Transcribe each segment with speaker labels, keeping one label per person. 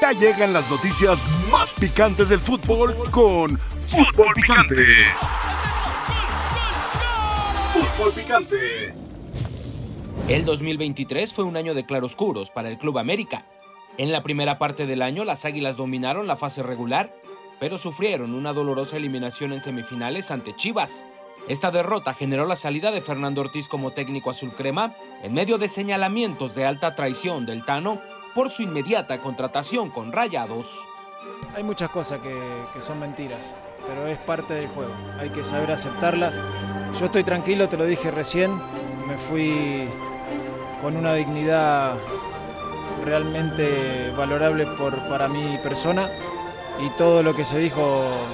Speaker 1: Ya llegan las noticias más picantes del fútbol con Fútbol Picante. Fútbol Picante.
Speaker 2: El 2023 fue un año de claroscuros para el Club América. En la primera parte del año, las Águilas dominaron la fase regular, pero sufrieron una dolorosa eliminación en semifinales ante Chivas. Esta derrota generó la salida de Fernando Ortiz como técnico azul crema en medio de señalamientos de alta traición del Tano por su inmediata contratación con Rayados.
Speaker 3: Hay muchas cosas que, que, son mentiras, pero es parte del juego. Hay que saber aceptarla. Yo estoy tranquilo, te lo dije recién. Me fui con una dignidad realmente valorable por, para mi persona. Y todo lo que se dijo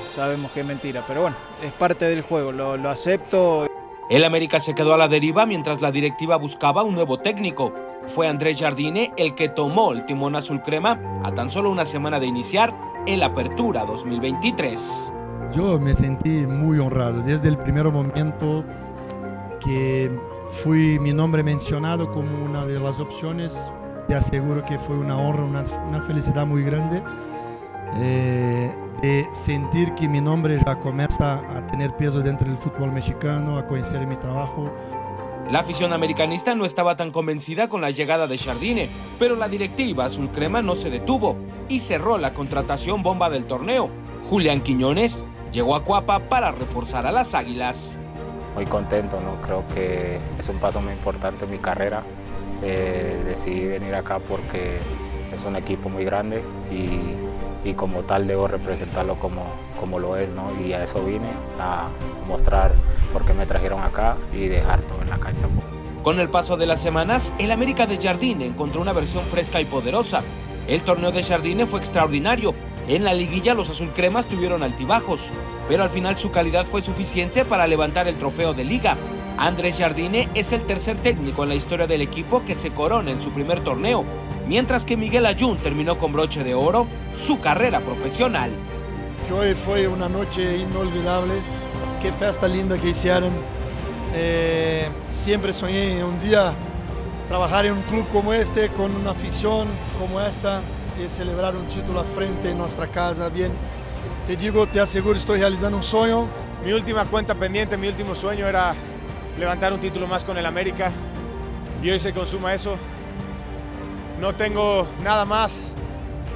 Speaker 3: sabemos que es mentira. Pero bueno, es parte del juego, lo, lo acepto.
Speaker 2: El América se quedó a la deriva mientras la directiva buscaba un nuevo técnico. Fue Andrés Jardine el que tomó el timón azul crema a tan solo una semana de iniciar el Apertura 2023.
Speaker 4: Yo me sentí muy honrado desde el primer momento que fui mi nombre mencionado como una de las opciones. Te aseguro que fue una honra, una, una felicidad muy grande eh, de sentir que mi nombre ya comienza a tener peso dentro del fútbol mexicano, a conocer mi trabajo.
Speaker 2: La afición americanista no estaba tan convencida con la llegada de Jardine, pero la directiva azul crema no se detuvo y cerró la contratación bomba del torneo. Julián Quiñones llegó a Cuapa para reforzar a las Águilas.
Speaker 5: Muy contento, ¿no? creo que es un paso muy importante en mi carrera. Eh, decidí venir acá porque es un equipo muy grande y, y como tal debo representarlo como, como lo es, ¿no? Y a eso vine, a mostrar por qué me trajeron acá y dejar todo en la cancha. pues.
Speaker 2: Con el paso de las semanas, el América de Jardine encontró una versión fresca y poderosa. El torneo de Jardine fue extraordinario. En la liguilla los azulcremas tuvieron altibajos, pero al final su calidad fue suficiente para levantar el trofeo de liga. Andrés Jardine es el tercer técnico en la historia del equipo que se corona en su primer torneo, mientras que Miguel Ayun terminó con broche de oro su carrera profesional
Speaker 6: hoy fue una noche inolvidable. Qué fiesta linda que hicieron. Eh, siempre soñé un día trabajar en un club como este, con una afición como esta, y celebrar un título a frente en nuestra casa. Bien, te digo, te aseguro, estoy realizando un sueño.
Speaker 7: Mi última cuenta pendiente, mi último sueño era levantar un título más con el América. Y hoy se consuma eso. No tengo nada más.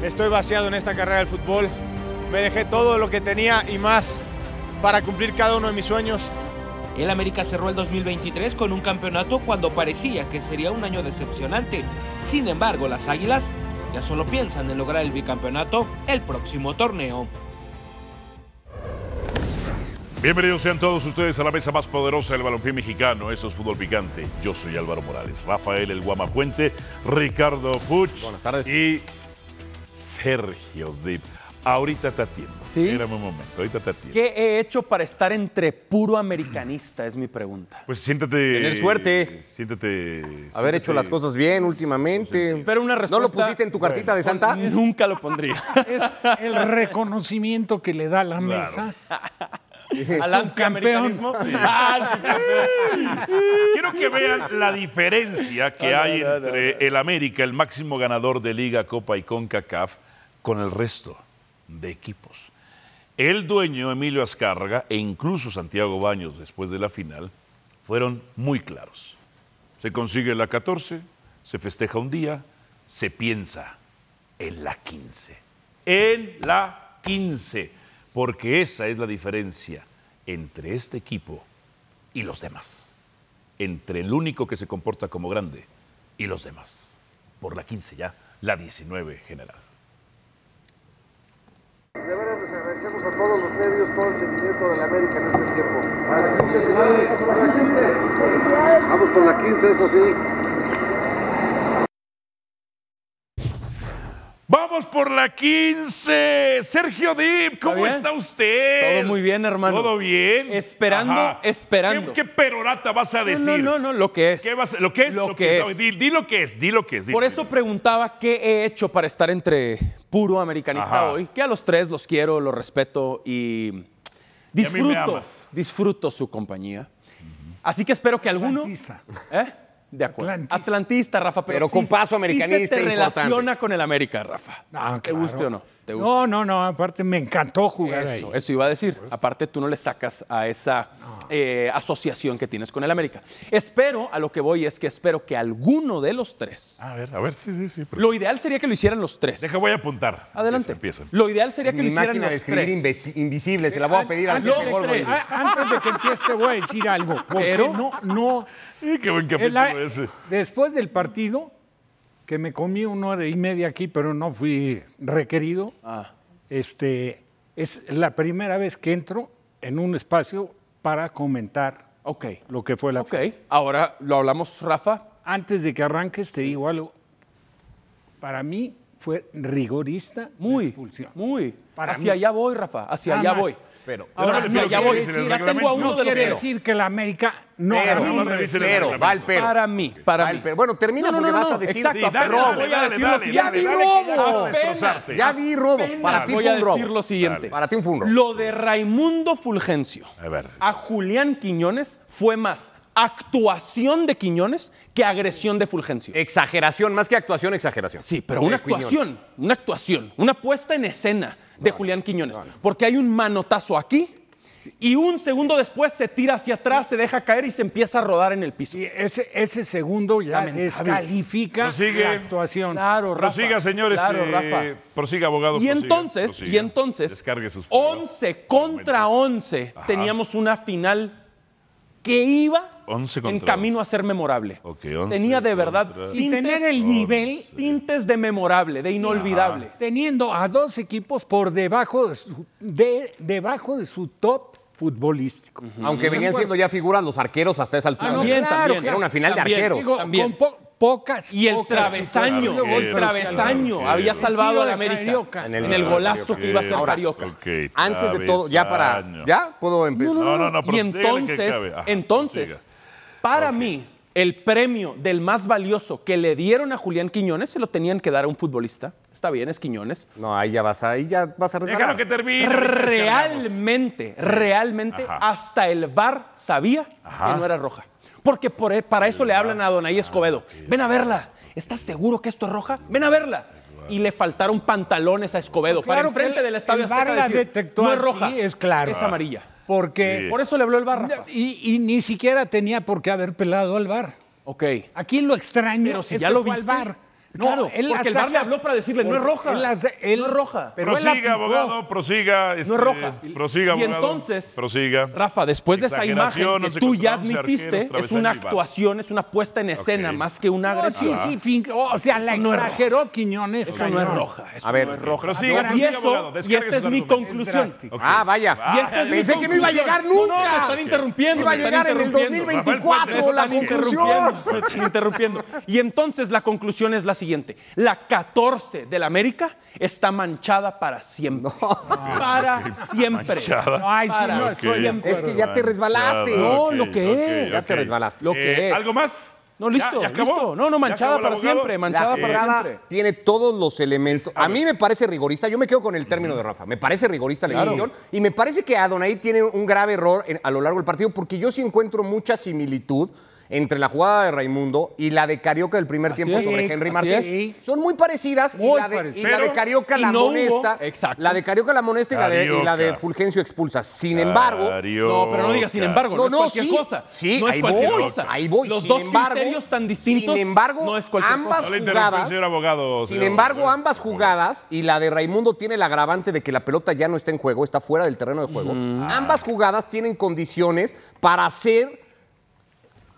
Speaker 7: Estoy vaciado en esta carrera del fútbol me dejé todo lo que tenía y más para cumplir cada uno de mis sueños.
Speaker 2: El América cerró el 2023 con un campeonato cuando parecía que sería un año decepcionante. Sin embargo, las Águilas ya solo piensan en lograr el bicampeonato el próximo torneo.
Speaker 8: Bienvenidos sean todos ustedes a la mesa más poderosa del balompié mexicano. Eso es Fútbol Picante. Yo soy Álvaro Morales, Rafael El Guamapuente, Ricardo Puch
Speaker 9: Buenas tardes.
Speaker 8: y Sergio Dip. Ahorita te atiendo.
Speaker 9: Sí.
Speaker 8: Espérame un momento, ahorita te atiendo.
Speaker 9: ¿Qué he hecho para estar entre puro americanista? Es mi pregunta.
Speaker 8: Pues siéntate.
Speaker 10: Tener suerte.
Speaker 8: Siéntate.
Speaker 10: Haber
Speaker 8: siéntate.
Speaker 10: hecho las cosas Pues bien últimamente.
Speaker 9: Pero Pues una respuesta. Pues
Speaker 10: ¿No lo pusiste en tu cartita de Santa?
Speaker 9: Nunca lo pondría.
Speaker 11: Es el reconocimiento que le da la
Speaker 8: Claro.
Speaker 11: mesa.
Speaker 9: Al antiamericanismo. Ah, sí.
Speaker 8: Quiero que vean la diferencia que
Speaker 9: Ah, No, no,
Speaker 8: hay
Speaker 9: no, no,
Speaker 8: entre el América, el máximo ganador de Liga, Copa y CONCACAF, con el resto de equipos. El dueño, Emilio Azcárraga, e incluso Santiago Baños después de la final, fueron muy claros. Se consigue la 14, se festeja un día, se piensa en la 15. En la 15. Porque esa es la diferencia entre este equipo y los demás. Entre el único que se comporta como grande y los demás. Por la 15 ya, la 19 general.
Speaker 12: De veras les agradecemos a todos los medios todo el seguimiento de la América en este tiempo. Vamos por la 15, eso sí.
Speaker 8: Vamos por la 15. Eh, Sergio Dip, ¿cómo
Speaker 9: ¿Está bien?
Speaker 8: está usted?
Speaker 9: Todo muy bien, hermano.
Speaker 8: Todo bien.
Speaker 9: Esperando, esperando.
Speaker 8: ¿Qué, qué perorata vas a
Speaker 9: No,
Speaker 8: decir?
Speaker 9: no, no, no, lo que es.
Speaker 8: ¿Qué vas a- ¿Lo que es?
Speaker 9: Lo que es.
Speaker 8: Di, di lo que es, di lo que es. di.
Speaker 9: Por eso preguntaba qué he hecho para estar entre puro americanista
Speaker 8: Ajá.
Speaker 9: hoy. Que a los tres los quiero, los respeto y
Speaker 8: Y a mí me
Speaker 9: disfruto,
Speaker 8: amas.
Speaker 9: disfruto su compañía. Así que espero que alguno. ¿Eh? De acuerdo. Atlantista, Rafa. Pero,
Speaker 10: Pero con
Speaker 9: sí-
Speaker 10: paso
Speaker 9: sí se
Speaker 10: americanista
Speaker 9: te
Speaker 10: importante.
Speaker 9: relaciona con el América, Rafa.
Speaker 11: Ah,
Speaker 9: ¿Te
Speaker 11: claro.
Speaker 9: guste o no? ¿Te guste?
Speaker 11: No, no, no. Aparte, me encantó jugar
Speaker 9: Eso,
Speaker 11: ahí.
Speaker 9: eso iba a decir. Aparte, tú no le sacas a esa eh, asociación que tienes con el América. Espero, a lo que voy es que espero que alguno de los tres.
Speaker 8: A ver, a ver, sí, sí, sí. pero-
Speaker 9: Lo ideal sería que lo hicieran los tres. Deja,
Speaker 8: voy a apuntar.
Speaker 9: Adelante.
Speaker 8: Empieza,
Speaker 9: Lo ideal sería que
Speaker 10: Mi
Speaker 9: lo hicieran
Speaker 10: máquina de
Speaker 9: los
Speaker 10: escribir
Speaker 9: tres.
Speaker 10: invisi- invisible, se la voy a pedir al
Speaker 9: antes
Speaker 10: Pepe
Speaker 9: de
Speaker 10: Gorgoy.
Speaker 9: tres.
Speaker 11: A- Antes de que empiece, te voy a decir algo. Porque
Speaker 9: Pero-
Speaker 11: no, no.
Speaker 8: qué buen
Speaker 11: Es la-
Speaker 8: capítulo ese.
Speaker 11: Después del partido, que me comí una hora y media aquí, pero no fui requerido.
Speaker 9: Ah.
Speaker 11: Este, es la primera vez que entro en un espacio para comentar lo que fue la
Speaker 9: Ok. Ahora lo hablamos, Rafa.
Speaker 11: Antes de que arranques, te digo algo. Para mí fue rigorista
Speaker 9: Muy, muy.
Speaker 11: Para
Speaker 9: hacia
Speaker 11: mí.
Speaker 9: allá voy, Rafa. Hacia
Speaker 11: Nada
Speaker 9: allá
Speaker 11: más.
Speaker 9: voy.
Speaker 10: Pero-
Speaker 9: ahora
Speaker 11: Pero
Speaker 9: hacia
Speaker 11: no
Speaker 9: allá
Speaker 11: quiere
Speaker 9: voy.
Speaker 11: decir el
Speaker 9: Ya tengo a uno
Speaker 11: no
Speaker 9: de los
Speaker 11: quiere
Speaker 9: tres.
Speaker 11: decir que la América no
Speaker 10: Pero,
Speaker 11: ganó.
Speaker 10: pero, va el pero.
Speaker 9: Para mí, para
Speaker 10: Va el
Speaker 9: mí.
Speaker 10: pero. Bueno, termina porque vas a decir
Speaker 9: Exacto,
Speaker 10: robo.
Speaker 9: apenas voy a
Speaker 8: dale,
Speaker 9: decir lo
Speaker 8: dale,
Speaker 9: siguiente. ¡Ya
Speaker 10: dale,
Speaker 9: di
Speaker 10: dale, que ya vas a
Speaker 9: robo!
Speaker 8: destrozarte.
Speaker 10: Ya di robo.
Speaker 9: Apenas
Speaker 10: Para ti
Speaker 9: voy
Speaker 10: fue
Speaker 9: a
Speaker 10: un robo.
Speaker 9: decir lo siguiente.
Speaker 10: Para ti fue un robo.
Speaker 9: Lo de Raimundo Fulgencio
Speaker 8: A ver.
Speaker 9: a Julián Quiñones fue más actuación de Quiñones que agresión de Fulgencio.
Speaker 10: Exageración, más que actuación, exageración.
Speaker 9: Sí, pero una
Speaker 10: De Quiñones.
Speaker 9: actuación, una actuación, una puesta en escena de Julián Quiñones. Porque hay un manotazo aquí y un segundo después se tira hacia atrás, se deja caer y se empieza a rodar en el piso.
Speaker 11: Y ese, ese segundo ya
Speaker 9: Lamentable.
Speaker 11: descalifica
Speaker 8: No sigue.
Speaker 11: la actuación.
Speaker 9: Claro, Rafa.
Speaker 8: Prosiga, señores.
Speaker 9: Claro,
Speaker 8: eh,
Speaker 9: Rafa.
Speaker 8: Prosiga, abogado.
Speaker 9: Y
Speaker 8: prosiga,
Speaker 9: entonces,
Speaker 8: prosiga.
Speaker 9: y entonces,
Speaker 8: Descargue sus pruebas.
Speaker 9: 11 contra 11
Speaker 8: Ajá.
Speaker 9: teníamos una final que iba
Speaker 8: 11
Speaker 9: en
Speaker 8: contra
Speaker 9: camino a ser memorable.
Speaker 8: Ok, 11
Speaker 9: Tenía de verdad
Speaker 8: contra-
Speaker 11: Sin tener el nivel,
Speaker 9: tintes de memorable, de inolvidable.
Speaker 11: teniendo a dos equipos por debajo de su, de- debajo de su top futbolístico.
Speaker 10: Aunque venían siendo ya figuras los arqueros hasta esa altura.
Speaker 11: Ah, no,
Speaker 9: También,
Speaker 11: claro,
Speaker 9: también.
Speaker 11: claro.
Speaker 10: Era una final de
Speaker 9: También,
Speaker 10: arqueros.
Speaker 11: Digo,
Speaker 9: también.
Speaker 11: con po- pocas.
Speaker 9: Y el
Speaker 11: pocas
Speaker 9: travesaño,
Speaker 11: situaciones.
Speaker 9: el travesaño
Speaker 8: Ok,
Speaker 9: había
Speaker 8: ok.
Speaker 9: salvado a la
Speaker 11: El tiro de
Speaker 9: América
Speaker 11: Carioca.
Speaker 9: en el, golazo que iba a hacer
Speaker 10: Ahora,
Speaker 9: Carioca.
Speaker 8: Ok,
Speaker 10: Antes de todo, ya para.
Speaker 8: travesaño.
Speaker 10: ¿Ya? ¿Puedo empezar?
Speaker 8: No, no, no,
Speaker 9: y
Speaker 8: prosiga la que
Speaker 9: entonces,
Speaker 8: acabe. Ajá,
Speaker 9: entonces,
Speaker 8: prosiga.
Speaker 9: para mí, el premio del más valioso que le dieron a Julián Quiñones se lo tenían que dar a un futbolista. Está bien, es Quiñones.
Speaker 10: No, ahí ya vas a, ahí ya vas a
Speaker 8: Déjalo
Speaker 10: resbalar.
Speaker 8: que termine.
Speaker 9: Realmente, realmente,
Speaker 8: Ajá.
Speaker 9: hasta el VAR sabía
Speaker 8: Ajá. Ah,
Speaker 9: que no era roja. Porque por- e, para eso le hablan a Donaí Escobedo. Ven a verla. ¿Estás seguro que esto es roja? Ven a verla. Y le faltaron pantalones a Escobedo para
Speaker 11: Claro
Speaker 9: enfrente
Speaker 11: que
Speaker 9: del estadio.
Speaker 11: el VAR
Speaker 9: Azteca
Speaker 11: la
Speaker 9: decir,
Speaker 11: detectó
Speaker 9: No es
Speaker 11: así,
Speaker 9: roja.
Speaker 11: es claro.
Speaker 9: Es amarilla.
Speaker 11: Porque
Speaker 9: Por eso le habló el VAR. Rafa.
Speaker 11: y, y ni siquiera tenía por qué haber pelado al bar.
Speaker 9: Ok.
Speaker 11: Aquí lo extraño
Speaker 9: Pero si
Speaker 11: es
Speaker 9: ya
Speaker 11: que
Speaker 9: lo
Speaker 11: fue al
Speaker 9: viste.
Speaker 11: VAR.
Speaker 9: Claro,
Speaker 11: la
Speaker 9: porque el VAR le
Speaker 11: saca-
Speaker 9: habló para decirle, "No es
Speaker 11: porque
Speaker 9: roja,
Speaker 11: él la sa- él-
Speaker 9: no es roja".
Speaker 11: Pero él la
Speaker 8: prosiga,
Speaker 11: picó.
Speaker 8: abogado, prosiga. este,
Speaker 9: es roja.
Speaker 8: Prosiga,
Speaker 9: Y
Speaker 8: abogado.
Speaker 9: entonces,
Speaker 8: Prosiga.
Speaker 9: Rafa, después de esa imagen
Speaker 8: Exageración,
Speaker 9: que
Speaker 8: 11
Speaker 9: tú ya
Speaker 8: contra 11,
Speaker 9: admitiste,
Speaker 8: arqueros,
Speaker 9: es
Speaker 8: travesaño
Speaker 9: una
Speaker 8: y bar.
Speaker 9: actuación, es una puesta en escena
Speaker 8: Ok.
Speaker 9: más que una
Speaker 11: No, sí,
Speaker 9: agresión.
Speaker 11: sí, fin- o sea, la
Speaker 9: no es roja.
Speaker 11: exageró Quiñones.
Speaker 9: Eso no es
Speaker 11: cañón.
Speaker 9: roja, eso
Speaker 10: A ver,
Speaker 9: no es roja.
Speaker 8: prosiga,
Speaker 9: y
Speaker 8: prosiga, abogado,
Speaker 9: eso, y
Speaker 8: descargue
Speaker 9: esta es
Speaker 8: sus
Speaker 9: mi
Speaker 8: argumentos.
Speaker 9: conclusión.
Speaker 11: Es drástico.
Speaker 10: Ah, vaya.
Speaker 9: Y esta es mi
Speaker 10: Pensé que no iba a
Speaker 9: conclusión.
Speaker 10: llegar
Speaker 9: No, no,
Speaker 10: nunca.
Speaker 9: me están interrumpiendo.
Speaker 10: Iba a
Speaker 9: me están
Speaker 10: llegar en el
Speaker 9: interrumpiendo.
Speaker 10: 2024 la
Speaker 9: Me están
Speaker 10: conclusión.
Speaker 9: interrumpiendo, me están interrumpiendo. Y entonces la conclusión es la siguiente. La 14 del América está manchada para siempre. Ah, Para siempre.
Speaker 8: Manchada.
Speaker 11: Ay, sí,
Speaker 9: Para
Speaker 11: no,
Speaker 8: Ok.
Speaker 11: estoy en-
Speaker 10: Es que ya te resbalaste.
Speaker 9: No,
Speaker 8: Ok,
Speaker 9: lo que
Speaker 8: ok,
Speaker 9: es.
Speaker 10: Ya te
Speaker 8: ok.
Speaker 10: resbalaste.
Speaker 9: Lo que es.
Speaker 8: Eh, ¿Algo más?
Speaker 9: No, listo,
Speaker 8: ¿Ya- ya acabó?
Speaker 9: listo. No, no,
Speaker 8: ¿Ya acabó
Speaker 9: manchada
Speaker 8: el
Speaker 9: para
Speaker 8: abogado?
Speaker 9: siempre, manchada
Speaker 10: La
Speaker 9: para
Speaker 10: jugada
Speaker 9: siempre.
Speaker 10: tiene todos los elementos. A mí me parece rigorista. Yo me quedo con el término de Rafa. Me parece rigorista la
Speaker 9: Claro.
Speaker 10: definición. Y me parece que Adonai tiene un grave error en- a lo largo del partido porque yo sí encuentro mucha similitud entre la jugada de Raimundo y la de Carioca del primer tiempo
Speaker 9: es,
Speaker 10: sobre Henry
Speaker 9: así
Speaker 10: Martínez.
Speaker 11: es.
Speaker 10: Son muy parecidas.
Speaker 11: Muy
Speaker 10: y, la de, y
Speaker 11: parecidas.
Speaker 10: la de
Speaker 8: Pero-
Speaker 10: Carioca
Speaker 9: y
Speaker 10: la
Speaker 9: no hubo-
Speaker 10: amonesta.
Speaker 9: Exacto.
Speaker 10: La de Carioca la amonesta y la de, y la de
Speaker 8: Carioca. Ah.
Speaker 10: Fulgencio expulsa. Sin embargo,
Speaker 8: Carioca.
Speaker 9: No, pero no digas, sin embargo, no,
Speaker 10: No,
Speaker 9: es
Speaker 10: no,
Speaker 9: cualquier
Speaker 10: sí,
Speaker 9: cosa.
Speaker 10: sí,
Speaker 9: no es
Speaker 10: ahí
Speaker 9: cualquier
Speaker 10: voy,
Speaker 9: cosa.
Speaker 10: ahí voy.
Speaker 9: Los
Speaker 10: Sin
Speaker 9: dos
Speaker 10: embargo,
Speaker 9: criterios tan distintos.
Speaker 10: sin embargo,
Speaker 9: no es cualquier
Speaker 10: ambas-
Speaker 8: No
Speaker 9: cosa.
Speaker 8: le interrumpa,
Speaker 10: jugadas.
Speaker 8: señor abogado.
Speaker 10: Sin
Speaker 8: señor
Speaker 10: embargo,
Speaker 8: abogado.
Speaker 10: ambas jugadas, y la de Raimundo tiene el agravante de que la pelota ya no está en juego, está fuera del terreno de juego,
Speaker 9: Ah.
Speaker 10: ambas jugadas tienen condiciones para ser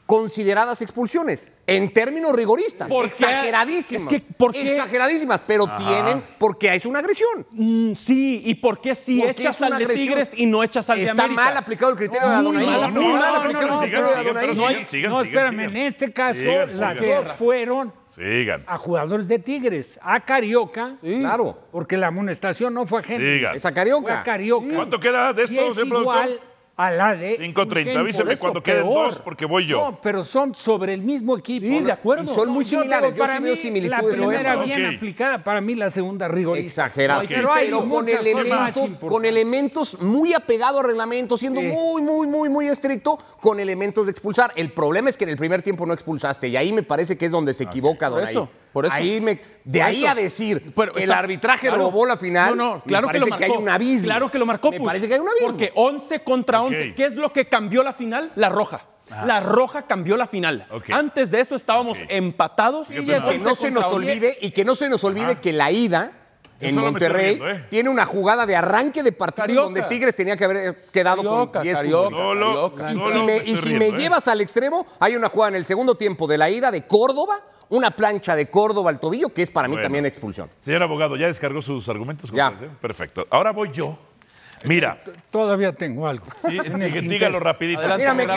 Speaker 10: consideradas expulsiones, en términos rigoristas,
Speaker 9: ¿Por qué?
Speaker 10: exageradísimas,
Speaker 9: Es que, ¿por qué?
Speaker 10: exageradísimas, pero tienen, porque es una agresión.
Speaker 9: Mm, sí, ¿y por qué si
Speaker 10: Porque
Speaker 9: echas
Speaker 10: es una
Speaker 9: al de
Speaker 10: agresión.
Speaker 9: Tigres y no echas al de
Speaker 10: Está
Speaker 9: América?
Speaker 10: mal aplicado el criterio de
Speaker 9: Muy
Speaker 10: Adonai.
Speaker 9: mal
Speaker 10: Muy
Speaker 9: aplicado.
Speaker 10: mal
Speaker 9: No, no,
Speaker 10: aplicado
Speaker 9: no,
Speaker 10: el criterio de
Speaker 8: sigan, sigan, pero
Speaker 10: Adonai.
Speaker 11: No,
Speaker 8: sigan, sigan,
Speaker 11: no,
Speaker 8: sigan,
Speaker 11: espérame,
Speaker 8: sigan.
Speaker 11: en este caso
Speaker 8: Sigan,
Speaker 11: las
Speaker 8: sigan.
Speaker 11: dos Ah, fueron
Speaker 8: Sigan.
Speaker 11: a jugadores de Tigres, a Carioca,
Speaker 10: Claro.
Speaker 11: porque la amonestación no fue a gente,
Speaker 8: Sigan.
Speaker 10: Es a
Speaker 11: fue
Speaker 10: Carioca.
Speaker 11: a Carioca.
Speaker 8: ¿Cuánto queda de
Speaker 11: Y
Speaker 8: esto,
Speaker 11: es
Speaker 8: señor productor?
Speaker 11: igual a la de.
Speaker 8: 5:30,
Speaker 11: Fulgencio.
Speaker 8: avísame
Speaker 11: Por eso,
Speaker 8: cuando queden
Speaker 11: peor.
Speaker 8: dos, porque voy yo.
Speaker 11: No, pero son sobre el mismo equipo.
Speaker 10: Sí, de acuerdo. Y son muy
Speaker 11: No, te
Speaker 10: similares,
Speaker 11: digo,
Speaker 10: yo
Speaker 11: para
Speaker 10: sí veo
Speaker 11: mí,
Speaker 10: similitudes en
Speaker 11: La primera
Speaker 10: eso.
Speaker 11: bien
Speaker 10: Ok.
Speaker 11: aplicada, para mí la segunda rigorista.
Speaker 10: Exagerado.
Speaker 11: Ay, Pero hay
Speaker 10: con,
Speaker 11: muchas cosas más
Speaker 10: elementos,
Speaker 11: importantes.
Speaker 10: con elementos muy apegado a reglamento, siendo
Speaker 11: Sí.
Speaker 10: muy, muy, muy, muy estricto con elementos de expulsar. El problema es que en el primer tiempo no expulsaste y ahí me parece que es donde se equivoca,
Speaker 9: Ah, Por
Speaker 10: don
Speaker 9: eso,
Speaker 10: Ahí.
Speaker 9: por eso.
Speaker 10: Ahí me, de
Speaker 9: Por
Speaker 10: ahí
Speaker 9: eso.
Speaker 10: a decir
Speaker 9: Pero
Speaker 10: que el
Speaker 9: está-
Speaker 10: arbitraje
Speaker 9: claro.
Speaker 10: robó la final,
Speaker 9: No, no,
Speaker 10: me
Speaker 9: claro que lo
Speaker 10: parece
Speaker 9: marcó.
Speaker 10: hay un abismo.
Speaker 9: Claro que lo marcó.
Speaker 10: Me
Speaker 9: pues.
Speaker 10: parece que hay un abismo.
Speaker 9: Porque 11 contra 11, ¿qué es lo que cambió la final? La roja. La roja cambió la final. Antes de eso estábamos empatados.
Speaker 10: Sí, ya que no se nos olvide y que no se nos olvide que la ida
Speaker 9: Yo
Speaker 10: en
Speaker 9: solo me
Speaker 10: Monterrey
Speaker 9: estoy riendo, ¿eh?
Speaker 10: tiene una jugada de arranque de partido
Speaker 9: Carioca.
Speaker 10: donde Tigres tenía que haber eh, quedado
Speaker 9: Carioca,
Speaker 10: con 10
Speaker 9: Carioca,
Speaker 10: futbolistas.
Speaker 9: Carioca.
Speaker 10: Y
Speaker 9: Solo
Speaker 10: si
Speaker 9: me
Speaker 10: me,
Speaker 9: estoy
Speaker 10: y si
Speaker 9: riendo,
Speaker 10: me
Speaker 9: ¿eh?
Speaker 10: llevas al extremo, hay una jugada en el segundo tiempo de la ida de Córdoba, una plancha de Córdoba al tobillo, que es para mí
Speaker 8: Bueno.
Speaker 10: también expulsión.
Speaker 8: Señor abogado, ¿ya descargó sus argumentos? compadre? Perfecto. Ahora voy yo. Mira,
Speaker 11: Todavía tengo algo.
Speaker 8: Sí,
Speaker 11: En el
Speaker 8: dí-
Speaker 11: quintel.
Speaker 8: dígalo rapidito.
Speaker 11: Adelante, Rafa.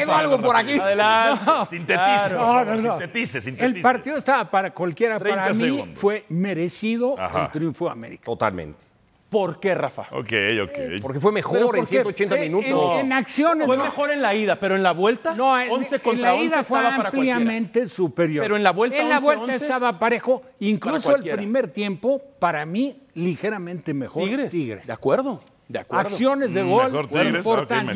Speaker 9: Adelante.
Speaker 11: No,
Speaker 8: Sintetice,
Speaker 11: claro.
Speaker 8: por favor,
Speaker 11: No, no, no.
Speaker 8: sintetice, sintetice.
Speaker 11: El partido estaba para cualquiera.
Speaker 8: 30
Speaker 11: Para mí
Speaker 8: segundos.
Speaker 11: fue merecido
Speaker 8: Ajá.
Speaker 11: el triunfo de América.
Speaker 10: Totalmente.
Speaker 9: ¿Por qué, Rafa?
Speaker 8: Ok, ok.
Speaker 10: Porque fue mejor
Speaker 11: Pero
Speaker 10: en
Speaker 11: porque,
Speaker 10: 180
Speaker 11: eh,
Speaker 10: minutos.
Speaker 11: En, en acciones.
Speaker 9: Fue
Speaker 11: no.
Speaker 9: mejor en la ida, pero en la vuelta,
Speaker 11: No, en,
Speaker 9: 11
Speaker 11: en
Speaker 9: contra
Speaker 11: la
Speaker 9: 11
Speaker 11: ida fue
Speaker 9: estaba para cualquiera.
Speaker 11: ampliamente superior.
Speaker 9: Pero en la vuelta,
Speaker 11: En la
Speaker 9: 11,
Speaker 11: vuelta
Speaker 9: 11,
Speaker 11: estaba parejo. Incluso el
Speaker 9: cualquiera.
Speaker 11: primer tiempo, para mí, ligeramente mejor
Speaker 9: Tigres.
Speaker 11: Tigres.
Speaker 9: De acuerdo. De acuerdo.
Speaker 11: Acciones
Speaker 10: Mm,
Speaker 11: de gol
Speaker 8: Mejor Tigres,
Speaker 11: importantes.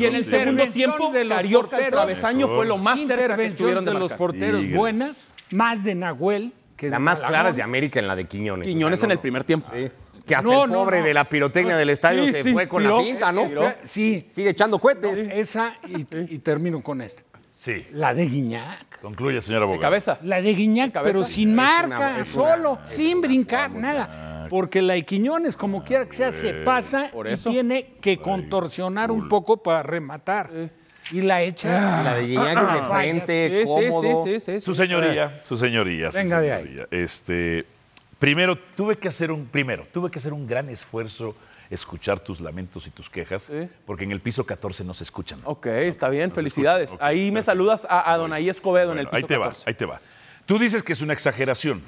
Speaker 8: ok,
Speaker 9: Y en el
Speaker 8: mejor
Speaker 9: segundo
Speaker 11: Intervención
Speaker 9: tiempo,
Speaker 11: de
Speaker 9: de
Speaker 11: los
Speaker 9: la el
Speaker 11: porteros.
Speaker 9: travesaño
Speaker 8: Mejor.
Speaker 9: fue lo más cerca que
Speaker 11: Intervención
Speaker 9: estuvieron de,
Speaker 11: de los
Speaker 9: marcar.
Speaker 11: porteros
Speaker 8: Tigres.
Speaker 11: buenas, más de Nahuel que de
Speaker 10: La más
Speaker 11: Malagón.
Speaker 10: clara es de América en la de
Speaker 8: pues,
Speaker 10: Quiñones.
Speaker 9: Quiñones
Speaker 10: O sea,
Speaker 9: en
Speaker 10: no,
Speaker 9: el primer tiempo.
Speaker 10: no. Que hasta
Speaker 11: No,
Speaker 10: el
Speaker 11: no,
Speaker 10: pobre
Speaker 11: no.
Speaker 10: de la pirotecnia del estadio
Speaker 11: Sí,
Speaker 10: se
Speaker 11: sí,
Speaker 10: fue con
Speaker 11: tiró.
Speaker 10: la finta, ¿no?
Speaker 11: Sí,
Speaker 10: Sigue echando cohetes.
Speaker 11: esa y, y termino con esta.
Speaker 8: Sí,
Speaker 11: La de Guiñac.
Speaker 8: concluye, señor abogado.
Speaker 9: Cabeza.
Speaker 11: La de Guiñac,
Speaker 9: Cabeza.
Speaker 11: pero sin marca,
Speaker 10: es una-
Speaker 11: solo, sin brincar, nada. Porque la de Quiñones, como quiera que sea, se pasa
Speaker 9: Por
Speaker 11: y
Speaker 9: eso.
Speaker 11: tiene que contorsionar un poco para rematar. Y la echa.
Speaker 10: Ah.
Speaker 11: Ah,
Speaker 10: La de Guiñac es de
Speaker 11: Vaya.
Speaker 10: frente,
Speaker 9: Sí, sí,
Speaker 10: cómodo.
Speaker 9: sí, sí, sí,
Speaker 8: Su
Speaker 9: sí.
Speaker 8: señoría, su señoría. su
Speaker 11: Venga de ahí.
Speaker 8: señoría. Este, primero tuve que hacer un primero, tuve que hacer un gran esfuerzo escuchar tus lamentos y tus quejas,
Speaker 9: Sí.
Speaker 8: porque en el piso 14 no se escuchan.
Speaker 9: Ok, está bien, felicidades.
Speaker 8: escucha, ok,
Speaker 9: ahí me
Speaker 8: perfecto.
Speaker 9: saludas a, a Donaí Escobedo en el
Speaker 8: Bueno,
Speaker 9: piso
Speaker 8: ahí te
Speaker 9: 14.
Speaker 8: va, ahí te va. Tú dices que es una exageración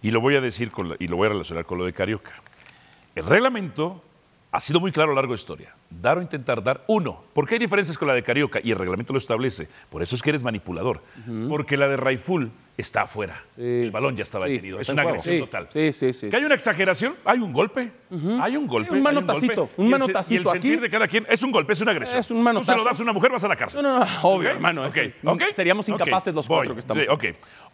Speaker 8: y lo voy a decir con la- y lo voy a relacionar con lo de Carioca. El reglamento ha sido muy claro a lo largo de la historia. Dar o intentar dar uno. Porque hay diferencias con la de Carioca y el reglamento lo establece. Por eso es que eres manipulador. Porque la de Raiful está afuera.
Speaker 9: Sí.
Speaker 8: El balón ya estaba
Speaker 9: Sí,
Speaker 8: detenido. Es
Speaker 9: está en
Speaker 8: una
Speaker 9: juego.
Speaker 8: agresión
Speaker 9: Sí,
Speaker 8: total.
Speaker 9: sí, sí, sí.
Speaker 8: Que hay una exageración, hay un golpe. Hay un golpe.
Speaker 9: un
Speaker 8: hay
Speaker 9: manotacito,
Speaker 8: golpe.
Speaker 9: un
Speaker 8: Y el se- Y el
Speaker 9: manotacito
Speaker 8: sentir
Speaker 9: aquí.
Speaker 8: de cada quien es un golpe, es una agresión.
Speaker 9: Es un
Speaker 8: Tú se
Speaker 9: manotazo.
Speaker 8: lo das a una mujer, vas a la cárcel.
Speaker 9: No, no, no, obvio,
Speaker 8: ¿Ok?
Speaker 9: hermano,
Speaker 8: Ok,
Speaker 9: es-
Speaker 8: ok,
Speaker 9: seríamos
Speaker 8: ok,
Speaker 9: incapaces los cuatro que estamos
Speaker 8: sí, Ok.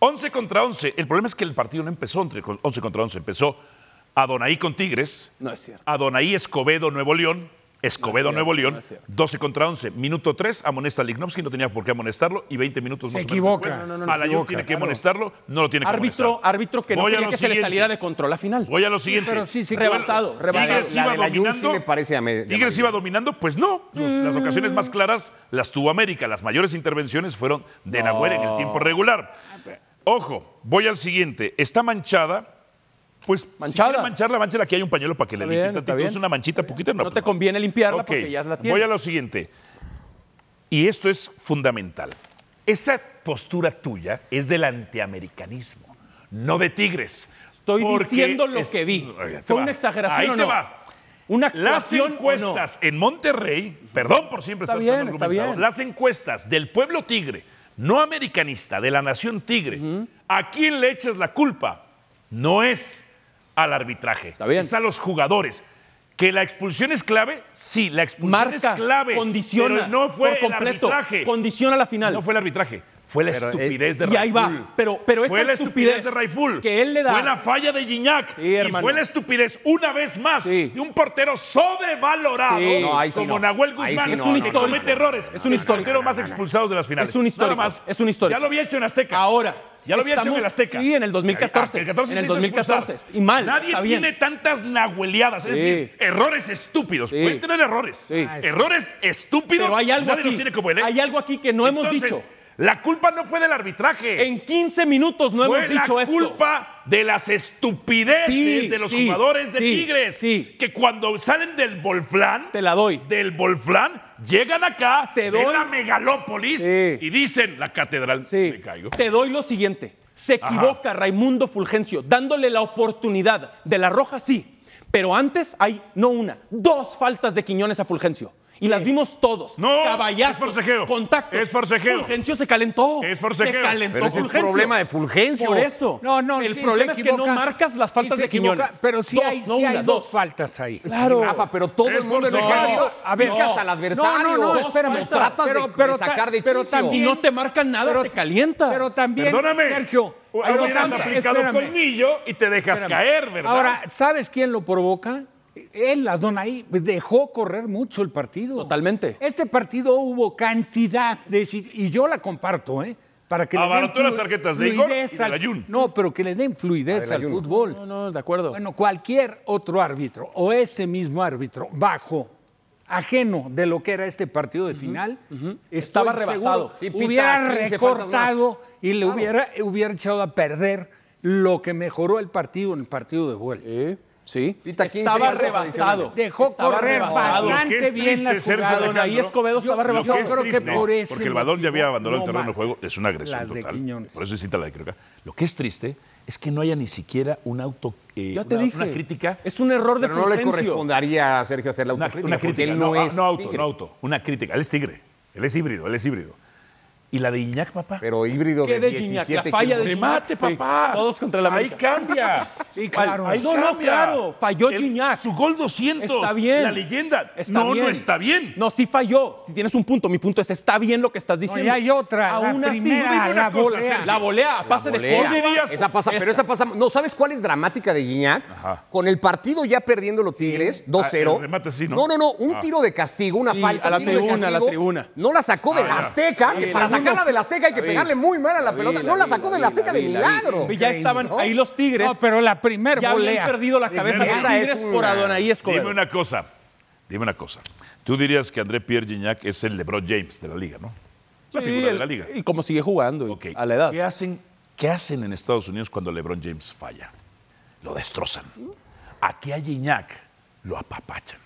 Speaker 8: 11 contra 11. El problema es que el partido no empezó entre con- 11 contra 11. Empezó Adonai con Tigres,
Speaker 9: No es cierto.
Speaker 8: Adonai Escobedo Nuevo León, Escobedo
Speaker 9: No es cierto,
Speaker 8: Nuevo León,
Speaker 9: no es cierto.
Speaker 8: 12 contra 11. Minuto 3, amonesta a Lignovsky, no tenía por qué amonestarlo y 20 minutos
Speaker 11: Se
Speaker 8: más
Speaker 11: equivoca.
Speaker 8: o menos después,
Speaker 11: No, no, no,
Speaker 8: Alain
Speaker 11: se equivoca,
Speaker 8: tiene que
Speaker 11: claro.
Speaker 8: amonestarlo, no lo tiene que
Speaker 9: Árbitro,
Speaker 8: amonestar.
Speaker 9: árbitro que no
Speaker 8: Voy a
Speaker 9: quería
Speaker 8: lo
Speaker 9: que se le
Speaker 8: siguiente.
Speaker 9: saliera de control la final.
Speaker 8: Voy a lo siguiente.
Speaker 11: pero sí, sí,
Speaker 9: Rebasado, rebasado.
Speaker 8: Tigres
Speaker 10: La
Speaker 8: iba
Speaker 10: de la Jun sí
Speaker 8: dominando.
Speaker 10: me parece a me- de
Speaker 8: Tigres iba dominando, pues no.
Speaker 9: Mm.
Speaker 8: Las ocasiones más claras las tuvo América. Las mayores intervenciones fueron de Nahuel en el tiempo regular.
Speaker 9: Ah,
Speaker 8: Ojo, voy al siguiente. Está manchada. Pues
Speaker 9: Manchada.
Speaker 8: Si quieren mancharla, mancharla. Aquí hay un pañuelo para que le
Speaker 9: Está
Speaker 8: limpie
Speaker 9: bien, está
Speaker 8: tantito.
Speaker 9: bien.
Speaker 8: Es una manchita poquita. pues
Speaker 9: No te conviene limpiarla
Speaker 8: Ok,
Speaker 9: porque ya la tienes.
Speaker 8: Voy a lo siguiente. Y esto es fundamental. Esa postura tuya es del antiamericanismo, no de Tigres.
Speaker 9: Estoy
Speaker 8: Porque
Speaker 9: diciendo lo
Speaker 8: es-
Speaker 9: que vi.
Speaker 8: Ahí te
Speaker 9: ¿Fue
Speaker 8: va.
Speaker 9: una exageración
Speaker 8: Ahí
Speaker 9: o
Speaker 8: te
Speaker 9: no?
Speaker 8: va.
Speaker 9: Una
Speaker 8: Las
Speaker 9: actuación o no?
Speaker 8: encuestas en Monterrey, perdón por siempre
Speaker 9: Está
Speaker 8: estar
Speaker 9: bien,
Speaker 8: tan
Speaker 9: está
Speaker 8: argumentado,
Speaker 9: bien.
Speaker 8: las encuestas del pueblo tigre, no americanista, de la nación tigre, ¿a quién le echas la culpa? No es al arbitraje,
Speaker 9: Está bien.
Speaker 8: es a los jugadores. Que la expulsión es clave, sí, la expulsión
Speaker 9: Marca,
Speaker 8: es clave.
Speaker 9: condiciona
Speaker 8: pero no fue
Speaker 9: por completo,
Speaker 8: el arbitraje.
Speaker 9: condiciona la final.
Speaker 8: No fue el arbitraje, fue la estupidez de
Speaker 9: y ahí
Speaker 8: Raiful.
Speaker 9: va, pero- pero
Speaker 8: fue
Speaker 9: esa
Speaker 8: la
Speaker 9: estupidez
Speaker 8: estupidez, de Raiful.
Speaker 9: que él le da-
Speaker 8: Fue la falla de Gignac.
Speaker 9: Sí,
Speaker 8: y
Speaker 9: hermano.
Speaker 8: fue la estupidez, una vez más,
Speaker 9: Sí.
Speaker 8: de un portero sobrevalorado
Speaker 9: Sí. No,
Speaker 10: ahí sí
Speaker 8: como
Speaker 10: no.
Speaker 8: Nahuel
Speaker 10: Ahí
Speaker 8: Guzmán
Speaker 10: sí
Speaker 8: que
Speaker 10: no,
Speaker 9: no, no,
Speaker 8: comete
Speaker 9: no.
Speaker 8: errores.
Speaker 9: Es un histórico.
Speaker 8: El portero más expulsados de las finales.
Speaker 9: Es un histórico,
Speaker 8: Nada más.
Speaker 9: es un histórico.
Speaker 8: Ya lo había hecho en Azteca.
Speaker 9: Ahora.
Speaker 8: Ya lo había hecho en el
Speaker 9: estamos-
Speaker 8: Azteca.
Speaker 9: Sí, en el 2014.
Speaker 8: Ah, el 14
Speaker 9: en el
Speaker 8: se hizo
Speaker 9: 2014.
Speaker 8: expulsar.
Speaker 9: Y mal.
Speaker 8: Nadie
Speaker 9: está bien.
Speaker 8: tiene tantas nahueleadas. Es
Speaker 9: Sí.
Speaker 8: decir, errores estúpidos.
Speaker 9: Sí.
Speaker 8: Pueden tener errores.
Speaker 9: Sí.
Speaker 11: Eh,
Speaker 8: Errores estúpidos.
Speaker 9: Pero hay algo
Speaker 8: nadie
Speaker 9: aquí.
Speaker 8: los tiene como él, ¿eh?
Speaker 9: Hay algo aquí que no hemos
Speaker 8: Entonces,
Speaker 9: dicho.
Speaker 8: La culpa no fue del arbitraje.
Speaker 9: En 15 minutos no
Speaker 8: fue
Speaker 9: hemos dicho
Speaker 8: la
Speaker 9: esto.
Speaker 8: culpa de las estupideces
Speaker 9: Sí,
Speaker 8: de los
Speaker 9: sí,
Speaker 8: jugadores de
Speaker 9: sí,
Speaker 8: Tigres.
Speaker 9: sí.
Speaker 8: Que cuando salen del Volflán,
Speaker 9: Te la doy.
Speaker 8: del Volflán, llegan acá
Speaker 9: Te
Speaker 8: de
Speaker 9: doy-
Speaker 8: la megalópolis
Speaker 9: Sí.
Speaker 8: y dicen la catedral.
Speaker 9: Sí.
Speaker 8: Me caigo.
Speaker 9: Te doy lo siguiente. Se
Speaker 8: Ajá.
Speaker 9: equivoca Raimundo Fulgencio, dándole la oportunidad de la roja, sí. Pero antes hay no una, dos faltas de Quiñones a Fulgencio. y las vimos todos. No, Caballazo, es forcejeo. Contacto.
Speaker 8: Es forcejeo.
Speaker 9: Fulgencio se calentó.
Speaker 8: Es forcejeo.
Speaker 9: Se calentó
Speaker 10: Pero ese es
Speaker 9: Fulgencio.
Speaker 10: problema de Fulgencio.
Speaker 9: Por eso.
Speaker 11: No, no,
Speaker 9: El
Speaker 11: sí,
Speaker 9: problema
Speaker 11: se
Speaker 9: es que no
Speaker 11: equivoca.
Speaker 9: marcas las
Speaker 11: Sí,
Speaker 9: faltas
Speaker 11: se
Speaker 9: de
Speaker 11: equivoca,
Speaker 9: Quiñones.
Speaker 11: Pero sí
Speaker 9: Dos,
Speaker 11: hay,
Speaker 9: no
Speaker 11: sí hay
Speaker 9: una,
Speaker 11: dos faltas ahí.
Speaker 9: Claro.
Speaker 10: Rafa, pero todo
Speaker 8: Es
Speaker 10: el mundo en el
Speaker 8: forzado.
Speaker 10: partido
Speaker 11: A ver,
Speaker 10: pica hasta el adversario.
Speaker 11: No, no, no, espérame.
Speaker 10: Lo tratas de-
Speaker 11: Pero-
Speaker 10: de,
Speaker 11: pero ta-
Speaker 10: sacar de
Speaker 11: pero
Speaker 10: quicio.
Speaker 9: Y
Speaker 11: también-
Speaker 9: no te marcan nada,
Speaker 11: Pero-
Speaker 9: te calientas.
Speaker 11: Pero también,
Speaker 8: Perdóname.
Speaker 11: Sergio,
Speaker 8: O-
Speaker 11: hay dos
Speaker 8: hubieras
Speaker 11: faltas.
Speaker 8: aplicado
Speaker 11: Espérame.
Speaker 8: colmillo y te dejas caer, ¿verdad?
Speaker 11: Ahora, ¿sabes quién lo provoca? Él, las Donaí, dejó correr mucho el partido.
Speaker 9: Totalmente.
Speaker 11: Este partido hubo cantidad de... si- Y yo la comparto, ¿eh? Para que le den
Speaker 8: Abarató las
Speaker 11: flu-
Speaker 8: tarjetas de Igor
Speaker 11: fluidez
Speaker 8: y del
Speaker 11: al-
Speaker 8: Ayun.
Speaker 11: No, pero que le den fluidez al fútbol.
Speaker 9: No, no, de acuerdo.
Speaker 11: Bueno, cualquier otro árbitro o este mismo árbitro bajo, ajeno de lo que era este partido de final,
Speaker 9: Estaba rebasado.
Speaker 11: seguro,
Speaker 10: Sí, pita
Speaker 11: hubiera
Speaker 10: 15 faltas
Speaker 11: recortado y le hubiera, hubiera echado a perder lo que mejoró el partido en el partido de vuelta.
Speaker 9: Sí, sí.
Speaker 10: Pita 15
Speaker 9: estaba
Speaker 10: faltas
Speaker 9: Eh, rebasado.
Speaker 10: adicionales.
Speaker 11: Dejó
Speaker 9: Estaba
Speaker 11: correr
Speaker 9: rebasado.
Speaker 8: Lo que
Speaker 11: bastante
Speaker 8: es
Speaker 11: bien
Speaker 8: triste,
Speaker 11: las
Speaker 8: Sergio
Speaker 11: jugadas.
Speaker 8: Alejandro,
Speaker 9: Donaí Escobedo estaba
Speaker 11: yo-
Speaker 8: Lo
Speaker 9: rebasado.
Speaker 8: que
Speaker 11: yo
Speaker 8: es
Speaker 11: creo que
Speaker 8: triste,
Speaker 11: por ese
Speaker 8: porque el balón ya había
Speaker 11: motivo
Speaker 8: abandonado el
Speaker 11: no
Speaker 8: terreno de
Speaker 11: marca.
Speaker 8: juego, es una agresión
Speaker 11: Las de
Speaker 8: total.
Speaker 11: Quiñones.
Speaker 8: Por eso cita la de Crioca. Lo que es triste es que no haya ni siquiera un auto, eh,
Speaker 9: Ya te
Speaker 8: una,
Speaker 9: dije.
Speaker 8: una crítica,
Speaker 9: Es un error de
Speaker 10: Pero no le
Speaker 9: Fulgencio.
Speaker 10: correspondería a Sergio hacer la
Speaker 8: una,
Speaker 10: autocrítica.
Speaker 8: una
Speaker 10: porque
Speaker 8: crítica,
Speaker 10: él
Speaker 8: no,
Speaker 10: no,
Speaker 8: ah,
Speaker 10: es
Speaker 8: no auto,
Speaker 10: tigre.
Speaker 8: no auto, una crítica. Él es tigre, él es híbrido, él es híbrido. ¿Y la de Iñac, papá?
Speaker 10: Pero híbrido
Speaker 9: ¿Qué
Speaker 10: de
Speaker 9: de Gignac?
Speaker 10: 17
Speaker 9: La falla de
Speaker 10: equipos.
Speaker 8: Remate,
Speaker 9: Sí,
Speaker 8: papá.
Speaker 9: todos contra la
Speaker 8: Ahí
Speaker 9: América.
Speaker 8: cambia.
Speaker 11: Sí, claro.
Speaker 8: Ahí
Speaker 9: No, no,
Speaker 8: cambia.
Speaker 9: claro, falló
Speaker 8: El-
Speaker 9: Gignac.
Speaker 8: Su gol 200.
Speaker 9: Está bien.
Speaker 8: La leyenda.
Speaker 9: Está
Speaker 8: no,
Speaker 9: bien.
Speaker 8: no está bien.
Speaker 9: No, sí falló. Si tienes un punto, mi punto es está bien lo que estás diciendo.
Speaker 11: y hay otra, la
Speaker 9: Aún así,
Speaker 11: primera,
Speaker 9: dime una
Speaker 11: la
Speaker 9: cosa,
Speaker 11: volea.
Speaker 9: Sergio. La volea, pase de
Speaker 10: Golea.
Speaker 9: Córdoba.
Speaker 10: Esa pasa, pero esa pasa. No, ¿sabes cuál es dramática de Guiñac?
Speaker 8: Ajá. Ah,
Speaker 10: Con el partido ya perdiendo los Tigres, 2-0.
Speaker 8: el remate sí, ¿no?
Speaker 10: No, no, no, un
Speaker 8: Ah.
Speaker 10: tiro de castigo, una
Speaker 9: Sí,
Speaker 10: falta.
Speaker 9: a la
Speaker 10: un tiro de
Speaker 9: tribuna, a la
Speaker 10: castigo.
Speaker 9: tribuna.
Speaker 10: No la sacó del
Speaker 8: Ah, ya.
Speaker 10: Azteca, que
Speaker 9: Sí, la
Speaker 10: para
Speaker 9: vi,
Speaker 10: sacarla del Azteca hay que
Speaker 9: la vi.
Speaker 10: pegarle muy mal a la
Speaker 9: La vi,
Speaker 10: pelota.
Speaker 9: la
Speaker 10: no la
Speaker 9: vi,
Speaker 10: sacó
Speaker 9: la
Speaker 10: del
Speaker 9: vi,
Speaker 10: Azteca
Speaker 9: la
Speaker 10: de
Speaker 9: vi, la vi.
Speaker 10: milagro.
Speaker 9: Ya estaban
Speaker 10: ¿no?
Speaker 9: ahí los Tigres.
Speaker 11: No, pero la primera
Speaker 9: ya habían
Speaker 11: volea.
Speaker 9: perdido la cabeza los
Speaker 10: Esa es
Speaker 9: Tigres por
Speaker 10: una-
Speaker 9: Adonai Escobedo.
Speaker 8: Dime una cosa. Dime una cosa. Tú dirías que André Pierre Gignac es el LeBron James de la liga, ¿no? Es la
Speaker 9: Sí,
Speaker 8: figura de
Speaker 9: el-
Speaker 8: la liga.
Speaker 9: Y como sigue jugando y-
Speaker 8: Ok.
Speaker 9: a la edad.
Speaker 8: ¿Qué hacen, ¿Qué hacen en Estados Unidos cuando LeBron James falla? Lo destrozan. Aquí a Gignac lo apapachan.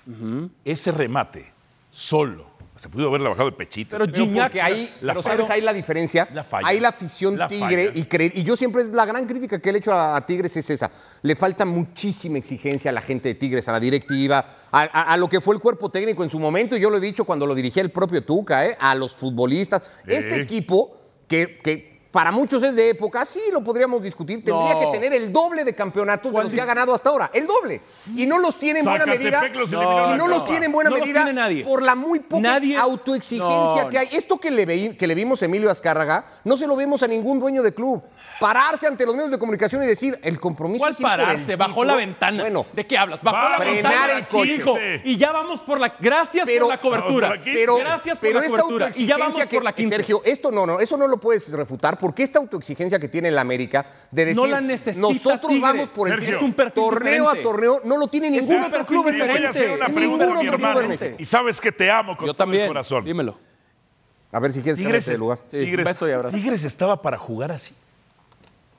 Speaker 8: Ese remate, solo. Se pudo haberle bajado el pechito.
Speaker 9: Pero Gignac-
Speaker 10: Porque ahí,
Speaker 8: La
Speaker 10: pero
Speaker 8: falla.
Speaker 10: sabes, ahí la diferencia.
Speaker 8: La falla.
Speaker 10: Ahí la afición
Speaker 8: La
Speaker 10: tigre
Speaker 8: falla.
Speaker 10: y creer. Y yo siempre, la gran crítica que le he hecho a, a Tigres es esa. Le falta muchísima exigencia a la gente de Tigres, a la directiva, a, a- a lo que fue el cuerpo técnico en su momento. Y yo lo he dicho cuando lo dirigía el propio Tuca, ¿eh? a los futbolistas. Este equipo que. que para muchos es de época, sí lo podríamos discutir. Tendría
Speaker 9: No.
Speaker 10: que tener el doble de campeonatos de los que ha ganado hasta ahora. El doble. Y no los tiene en buena medida.
Speaker 8: Zacatepec los
Speaker 10: y
Speaker 8: eliminó en
Speaker 10: no
Speaker 8: la
Speaker 10: los
Speaker 8: Copa.
Speaker 10: tiene en buena
Speaker 9: No los
Speaker 10: medida
Speaker 9: tiene nadie.
Speaker 10: por la muy poca
Speaker 9: Nadie-
Speaker 10: autoexigencia
Speaker 9: No,
Speaker 10: que hay. Esto que le, veí- que le vimos a Emilio Azcárraga, no se lo vemos a ningún dueño de club. Pararse ante los medios de comunicación y decir, el compromiso
Speaker 9: ¿Cuál
Speaker 10: es ir por el
Speaker 9: pararse? Bajó
Speaker 10: título.
Speaker 9: la ventana.
Speaker 10: Bueno,
Speaker 9: ¿De qué hablas? Bajó
Speaker 8: Va
Speaker 9: la
Speaker 8: a
Speaker 9: ventana.
Speaker 10: frenar el coche.
Speaker 9: hijo,
Speaker 8: Sí.
Speaker 9: Y ya vamos por la. Gracias
Speaker 10: Pero-
Speaker 9: por la cobertura.
Speaker 8: No, por aquí.
Speaker 10: pero,
Speaker 9: gracias por
Speaker 10: pero
Speaker 9: la
Speaker 10: esta
Speaker 9: cobertura. Y ya vamos
Speaker 10: autoexigencia que,
Speaker 9: por la 15.
Speaker 10: Sergio, esto no, no, eso no lo puedes refutar porque esta autoexigencia que tiene el América de decir,
Speaker 9: No la necesita
Speaker 10: nosotros
Speaker 9: Tigres.
Speaker 10: vamos por el
Speaker 8: Sergio,
Speaker 10: título".
Speaker 8: es un
Speaker 9: perfil
Speaker 10: torneo
Speaker 9: diferente.
Speaker 10: a torneo, no lo tiene ningún
Speaker 9: un
Speaker 10: otro
Speaker 9: perfil
Speaker 10: club en
Speaker 8: Te voy a
Speaker 10: México.
Speaker 8: hacer una
Speaker 10: Ningún
Speaker 8: pregunta, mi
Speaker 10: otro club en
Speaker 8: hermano.
Speaker 10: México.
Speaker 8: Y sabes que te amo con
Speaker 9: Yo
Speaker 8: todo
Speaker 9: también.
Speaker 8: el corazón.
Speaker 9: Dímelo.
Speaker 10: A ver si quieres cambiarte
Speaker 8: Tigres,
Speaker 10: de lugar.
Speaker 9: Sí, beso y abrazo.
Speaker 8: Tigres estaba para jugar así.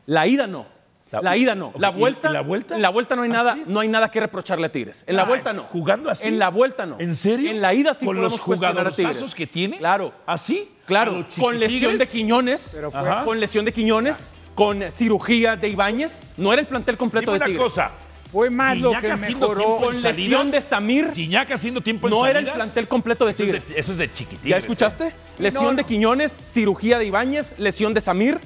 Speaker 9: La ida no. La,
Speaker 8: La-
Speaker 9: ida no. La
Speaker 8: Ok, ¿y-
Speaker 9: vuelta.
Speaker 8: y la vuelta?
Speaker 9: En la vuelta no hay nada,
Speaker 8: ¿Así?
Speaker 9: no hay nada que reprocharle a Tigres. En la
Speaker 8: Ah,
Speaker 9: vuelta no.
Speaker 8: ¿jugando así?
Speaker 9: En la vuelta no.
Speaker 8: ¿En serio?
Speaker 9: En la ida sí
Speaker 8: Con
Speaker 9: podemos
Speaker 8: los
Speaker 9: cuestionar a Tigres.
Speaker 8: jugadorazos que tiene.
Speaker 9: Claro.
Speaker 8: ¿Así? ¿A
Speaker 9: Claro.
Speaker 8: los
Speaker 9: Con lesión
Speaker 8: chiquitigres?
Speaker 9: de Quiñones.
Speaker 8: fue-
Speaker 9: Con lesión de Quiñones. Con cirugía de Ibáñez. No era el plantel completo
Speaker 8: Dime
Speaker 9: de
Speaker 8: una
Speaker 9: Tigres.
Speaker 8: cosa.
Speaker 11: Fue más lo
Speaker 8: Gignac
Speaker 11: que
Speaker 8: haciendo
Speaker 11: mejoró
Speaker 8: tiempo en
Speaker 9: Con lesión
Speaker 8: salidas.
Speaker 9: de Samir.
Speaker 8: Gignac haciendo tiempo en
Speaker 9: No era el
Speaker 8: salidas.
Speaker 9: plantel completo de
Speaker 8: Eso
Speaker 9: Tigres.
Speaker 8: es de, eso es de chiquitigres,
Speaker 9: ¿Ya escuchaste?
Speaker 8: ¿eh?
Speaker 9: Lesión de Quiñones, cirugía de Ibáñez, lesión de Samir.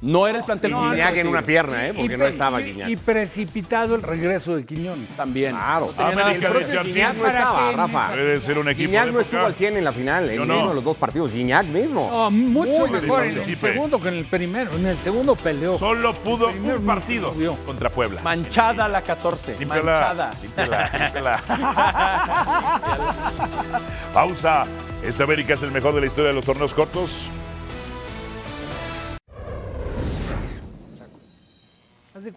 Speaker 9: No era el plantel
Speaker 10: Y
Speaker 9: completo.
Speaker 10: Guiñac en una pierna, ¿eh? Porque no
Speaker 11: pre-
Speaker 10: estaba
Speaker 11: y-
Speaker 10: Guiñac.
Speaker 11: Y precipitado el regreso de Quiñones.
Speaker 9: También.
Speaker 10: Claro.
Speaker 8: América de
Speaker 10: Guiñac
Speaker 8: Jardín
Speaker 10: no estaba,
Speaker 11: qué
Speaker 10: Rafa.
Speaker 8: Puede ser un equipo.
Speaker 10: Guiñac
Speaker 8: de
Speaker 10: no
Speaker 8: época.
Speaker 10: estuvo al 100 en la final, ¿eh? en
Speaker 8: Yo no.
Speaker 10: ninguno de los dos partidos. Guiñac mismo.
Speaker 9: Ah,
Speaker 11: No, mucho
Speaker 8: Muy
Speaker 11: mejor en el
Speaker 8: diferente.
Speaker 11: segundo que en el primero. En el segundo peleó.
Speaker 8: Solo pudo
Speaker 11: Primero
Speaker 8: un
Speaker 11: no
Speaker 8: partido
Speaker 11: subió.
Speaker 8: contra Puebla.
Speaker 9: Manchada la 14.
Speaker 8: Límpiala.
Speaker 9: Manchada.
Speaker 8: Límpiala. límpiala. Pausa. ¿Esta América es el mejor de la historia de los torneos cortos?
Speaker 11: Haz de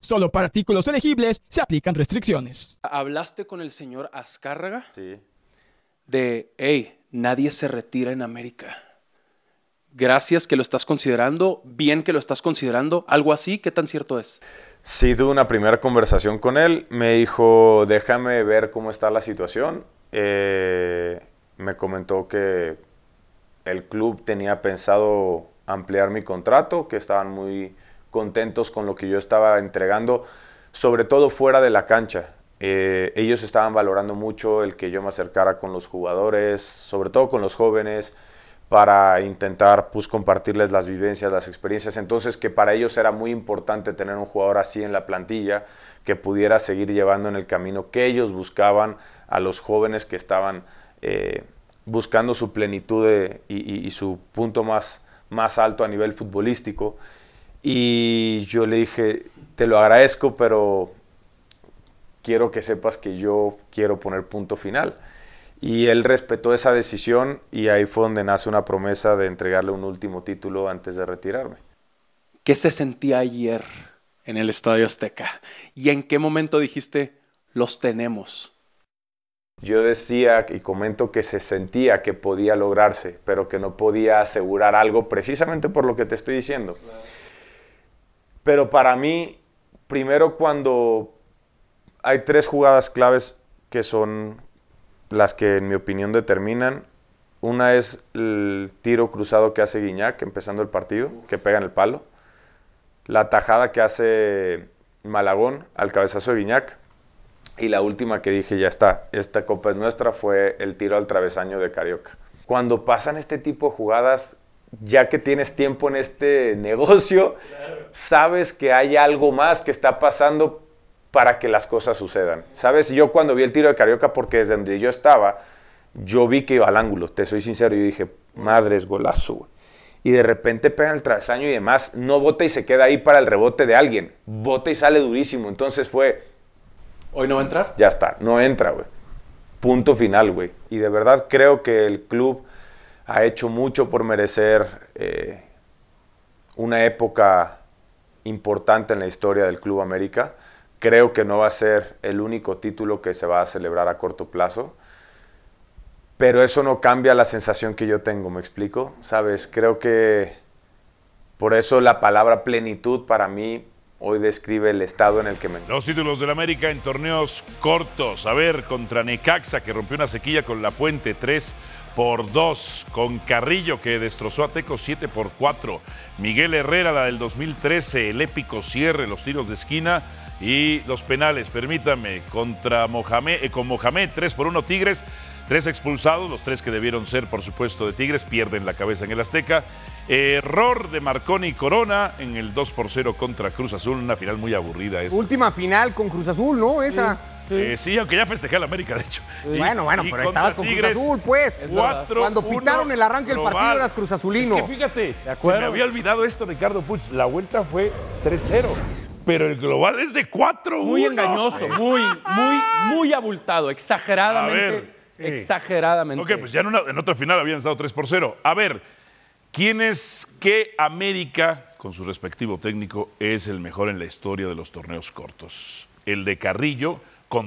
Speaker 13: Solo para artículos elegibles se aplican restricciones.
Speaker 9: ¿Hablaste con el señor Azcárraga?
Speaker 14: Sí.
Speaker 9: De, hey, nadie se retira en América. Gracias que lo estás considerando, bien que lo estás considerando, algo así, ¿qué tan cierto es?
Speaker 14: Sí, tuve una primera conversación con él. Me dijo, déjame ver cómo está la situación. Eh, me comentó que el club tenía pensado ampliar mi contrato, que estaban muy contentos con lo que yo estaba entregando, sobre todo fuera de la cancha. Eh, ellos estaban valorando mucho el que yo me acercara con los jugadores, sobre todo con los jóvenes, para intentar pues, compartirles las vivencias, las experiencias. Entonces, que para ellos era muy importante tener un jugador así en la plantilla, que pudiera seguir llevando en el camino que ellos buscaban a los jóvenes que estaban eh, buscando su plenitud de- y, y- y su punto más, más alto a nivel futbolístico. Y yo le dije, te lo agradezco, pero quiero que sepas que yo quiero poner punto final. Y él respetó esa decisión y ahí fue donde nace una promesa de entregarle un último título antes de retirarme.
Speaker 9: ¿Qué se sentía ayer en el Estadio Azteca? ¿Y en qué momento dijiste, los tenemos?
Speaker 14: Yo decía y comento que se sentía que podía lograrse, pero que no podía asegurar algo precisamente por lo que te estoy diciendo. Pero para mí, primero cuando hay tres jugadas claves que son las que en mi opinión determinan. Una es el tiro cruzado que hace Guiñac empezando el partido, que pega en el palo. La tajada que hace Malagón al cabezazo de Guiñac. Y la última que dije, ya está, esta copa es nuestra, fue el tiro al travesaño de Carioca. Cuando pasan este tipo de jugadas, ya que tienes tiempo en este negocio, sabes que hay algo más que está pasando para que las cosas sucedan. Sabes, yo cuando vi el tiro de Carioca, porque desde donde yo estaba, yo vi que iba al ángulo, te soy sincero, yo dije, madres, golazo, güey. Y de repente pega en el travesaño y demás, no bota y se queda ahí para el rebote de alguien, bota y sale durísimo, entonces fue,
Speaker 9: ¿Hoy no va a entrar?
Speaker 14: ya está, no entra, güey. Punto final, güey. Y de verdad creo que el club ha hecho mucho por merecer eh, una época importante en la historia del Club América. Creo que no va a ser el único título que se va a celebrar a corto plazo. Pero eso no cambia la sensación que yo tengo, ¿me explico? Sabes, creo que por eso la palabra plenitud para mí hoy describe el estado en el que me
Speaker 8: Los títulos del América en torneos cortos. A ver, contra Necaxa, que rompió una sequía con La Puente 3 por 2. Con Carrillo, que destrozó a Teco 7 por 4. Miguel Herrera, la del 2013, el épico cierre, los tiros de esquina y los penales. Permítame, contra Mohamed, eh, con Mohamed 3 por 1 Tigres. Tres expulsados, los tres que debieron ser, por supuesto, de Tigres, pierden la cabeza en el Azteca. Error de Marconi y Corona en el 2 por 0 contra Cruz Azul, una final muy aburrida esta.
Speaker 10: Última final con Cruz Azul, ¿no? Esa.
Speaker 8: Eh, sí, aunque ya festejé a la América, de hecho. Y-
Speaker 10: Bueno, bueno,
Speaker 8: y
Speaker 10: pero
Speaker 8: contra
Speaker 10: estabas con Cruz
Speaker 8: Tigres,
Speaker 10: Azul, pues.
Speaker 8: Es cuatro,
Speaker 10: Cuando
Speaker 8: uno,
Speaker 10: pitaron el arranque del partido
Speaker 8: global.
Speaker 10: eras Cruz Azulino.
Speaker 8: Es que fíjate,
Speaker 10: acuerdo.
Speaker 8: se me había olvidado esto, Ricardo Puch. La vuelta fue 3-0, pero el global es de 4-1.
Speaker 9: Muy engañoso, muy, muy, muy abultado, exageradamente.
Speaker 8: A ver. Sí.
Speaker 9: Exageradamente.
Speaker 8: Ok, pues ya en, una- en otra final habían estado 3 por 0. A ver, ¿quién es que América, con su respectivo técnico, es el mejor en la historia de los torneos cortos? El de Carrillo,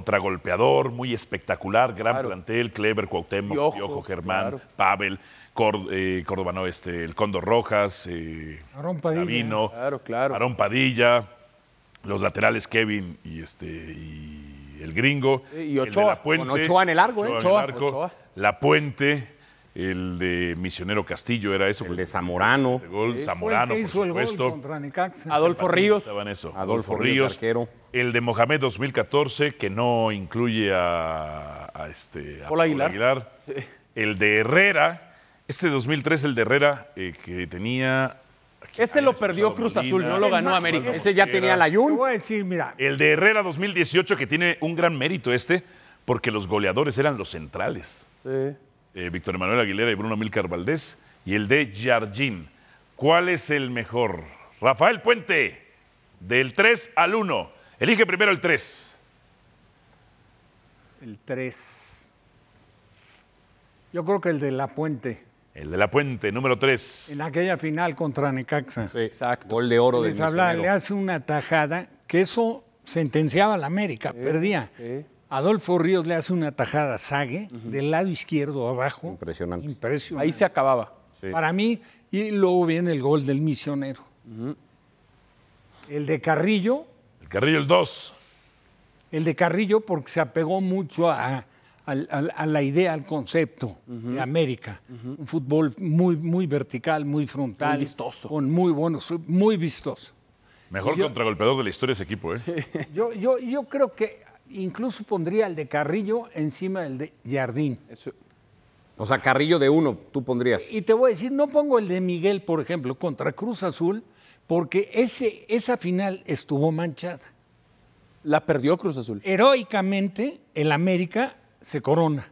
Speaker 8: contragolpeador, muy espectacular, gran plantel, Clever, Cuauhtémoc,
Speaker 9: Piojo,
Speaker 8: Piojo, Germán,
Speaker 9: claro.
Speaker 8: Pavel, Cor- eh, Córdoba, no, este, el Cóndor Rojas, eh,
Speaker 11: Aarón Padilla.
Speaker 8: Davino, Aarón Padilla, los laterales Kevin y este y el gringo,
Speaker 9: Y
Speaker 8: el de
Speaker 9: Ochoa.
Speaker 8: La Puente,
Speaker 9: Con Ochoa en el arco, ¿eh?
Speaker 8: Ochoa en el arco,
Speaker 9: Ochoa, Ochoa.
Speaker 8: La Puente, el de Misionero Castillo era eso, el de
Speaker 10: Zamorano,
Speaker 8: gol Zamorano,
Speaker 11: Fue el que
Speaker 8: por
Speaker 11: hizo el gol
Speaker 8: supuesto.
Speaker 11: contra Necaxa.
Speaker 8: Estaba en eso. Adolfo, Ríos. El de Mohamed 2014, que no incluye a, a este, a
Speaker 9: Paul Aguilar.
Speaker 8: El de Herrera. Este 2003, el de Herrera, eh, que tenía.
Speaker 9: Ese lo perdió Cruz Azul, no lo ganó América.
Speaker 10: Layun.
Speaker 11: Voy a decir, mira,
Speaker 8: El de Herrera 2018, que tiene un gran mérito este, porque los goleadores eran los centrales.
Speaker 9: Sí.
Speaker 8: Eh, Víctor Manuel Aguilera y Bruno Milcar Valdés. y el de Jardín. ¿Cuál es el mejor? Rafael Puente, del 3 al 1. Elige primero el 3.
Speaker 11: El 3. Yo creo que el de La Puente.
Speaker 8: El de la Puente, número 3.
Speaker 11: En aquella final contra Necaxa.
Speaker 10: exacto. Gol de oro de
Speaker 11: Les habla- le hace una tajada que eso sentenciaba a la América, perdía. Adolfo Ríos le hace una tajada a Sague del lado izquierdo abajo. Impresionante. Ahí se
Speaker 9: acababa.
Speaker 11: Para mí, y luego viene el gol del misionero. El de Carrillo,
Speaker 8: El Carrillo, el 2.
Speaker 11: el de Carrillo porque se apegó mucho a, al- al- a la idea, al concepto de América. Un fútbol muy, muy vertical, muy frontal.
Speaker 9: Muy vistoso.
Speaker 11: Con muy buenos, muy vistoso.
Speaker 8: Mejor
Speaker 11: Yo-
Speaker 8: contragolpeador de la historia ese equipo, ¿eh?
Speaker 11: Yo, yo, yo creo que incluso pondría el de Carrillo encima del de Jardín.
Speaker 10: O sea, Carrillo de uno, tú pondrías.
Speaker 11: Y te voy a decir, no pongo el de Miguel, por ejemplo, contra Cruz Azul, porque ese, esa final estuvo manchada.
Speaker 9: La perdió Cruz Azul.
Speaker 11: Heroicamente, el América se corona,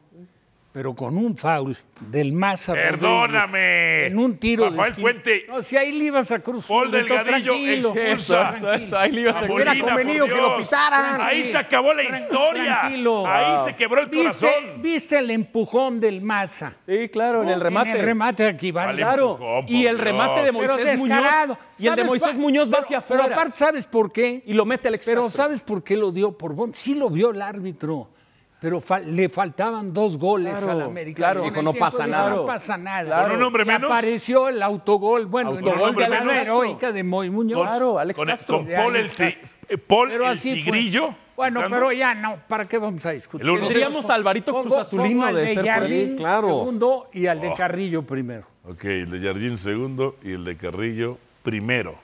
Speaker 11: pero con un foul del Maza. Rodríguez
Speaker 8: ¡Perdóname!
Speaker 11: En un tiro
Speaker 8: Rafael
Speaker 11: esquina.
Speaker 8: Puente.
Speaker 11: No, si ahí le ibas a Cruz
Speaker 8: Paul
Speaker 11: Azul, doctor,
Speaker 8: Delgadillo
Speaker 11: tranquilo.
Speaker 8: expulsa.
Speaker 11: Tranquilo.
Speaker 8: Ahí le ibas a-
Speaker 11: A
Speaker 8: Hubiera
Speaker 11: Molina,
Speaker 8: convenido
Speaker 11: por
Speaker 8: que lo
Speaker 11: Dios.
Speaker 8: pitaran. Ahí se acabó la
Speaker 11: Tran-
Speaker 8: historia.
Speaker 11: Tranquilo.
Speaker 8: Ahí se quebró el
Speaker 11: ¿Viste-
Speaker 8: corazón.
Speaker 11: ¿Viste el empujón del Maza?
Speaker 9: Sí, claro,
Speaker 10: Oh,
Speaker 9: en el remate.
Speaker 11: En el remate aquí
Speaker 9: Al empujón, por Y el remate de Dios. Moisés Muñoz. Y el de Moisés Muñoz va hacia
Speaker 11: Pero
Speaker 9: afuera.
Speaker 11: aparte, ¿sabes por qué?
Speaker 9: Y lo mete al
Speaker 11: Pero ¿sabes por qué lo dio por bon? Sí lo vio el árbitro. Pero fa- le faltaban dos goles
Speaker 9: Claro,
Speaker 11: al América.
Speaker 9: claro.
Speaker 11: En
Speaker 9: Dijo,
Speaker 11: el
Speaker 9: "No
Speaker 11: tiempo
Speaker 9: pasa
Speaker 11: de-
Speaker 9: nada".
Speaker 11: No pasa nada.
Speaker 9: Claro. ¿Con un hombre
Speaker 11: Y
Speaker 9: menos?
Speaker 11: Apareció el autogol. Bueno,
Speaker 9: Autogol
Speaker 11: el gol
Speaker 9: de
Speaker 11: de la
Speaker 9: Alex Castro.
Speaker 11: heroica de Moy Muñoz.
Speaker 9: Claro, Alex
Speaker 8: Con,
Speaker 9: Castro.
Speaker 8: con
Speaker 11: De
Speaker 8: Paul el,
Speaker 11: Alex
Speaker 8: ti-
Speaker 11: Castro.
Speaker 8: eh, Paul
Speaker 11: Pero
Speaker 8: el
Speaker 11: así fue.
Speaker 8: Tigrillo.
Speaker 11: Bueno,
Speaker 8: entrando.
Speaker 11: pero ya no, ¿para qué vamos a discutir?
Speaker 8: El uno.
Speaker 9: Seríamos Alvarito
Speaker 11: Pongo-
Speaker 9: Cruz Azulino
Speaker 11: pongo al
Speaker 9: de ser por
Speaker 11: Jardín
Speaker 9: ahí. Claro.
Speaker 11: Segundo y al de
Speaker 8: Oh.
Speaker 11: Carrillo primero.
Speaker 8: Ok, el de Jardín segundo y el de Carrillo primero.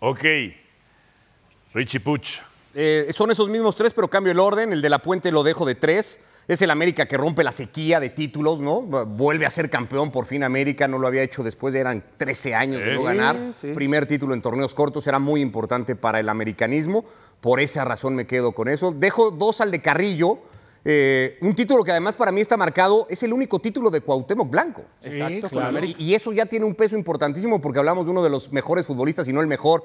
Speaker 8: Ok. Richie Puch.
Speaker 10: Eh, son esos mismos tres, pero cambio el orden. El de la Puente lo dejo de tres. Es el América que rompe la sequía de títulos, ¿no? Vuelve a ser campeón por fin América, no lo había hecho después, de eran 13 años de no
Speaker 8: Sí,
Speaker 10: ganar.
Speaker 9: sí.
Speaker 10: Primer título en torneos cortos, era muy importante para el americanismo. Por esa razón me quedo con eso. Dejo dos al de Carrillo. eh, un título que además para mí está marcado, es el único título de Cuauhtémoc Blanco.
Speaker 9: Exacto, con América.
Speaker 10: Y, y eso ya tiene un peso importantísimo porque hablamos de uno de los mejores futbolistas, y no el mejor.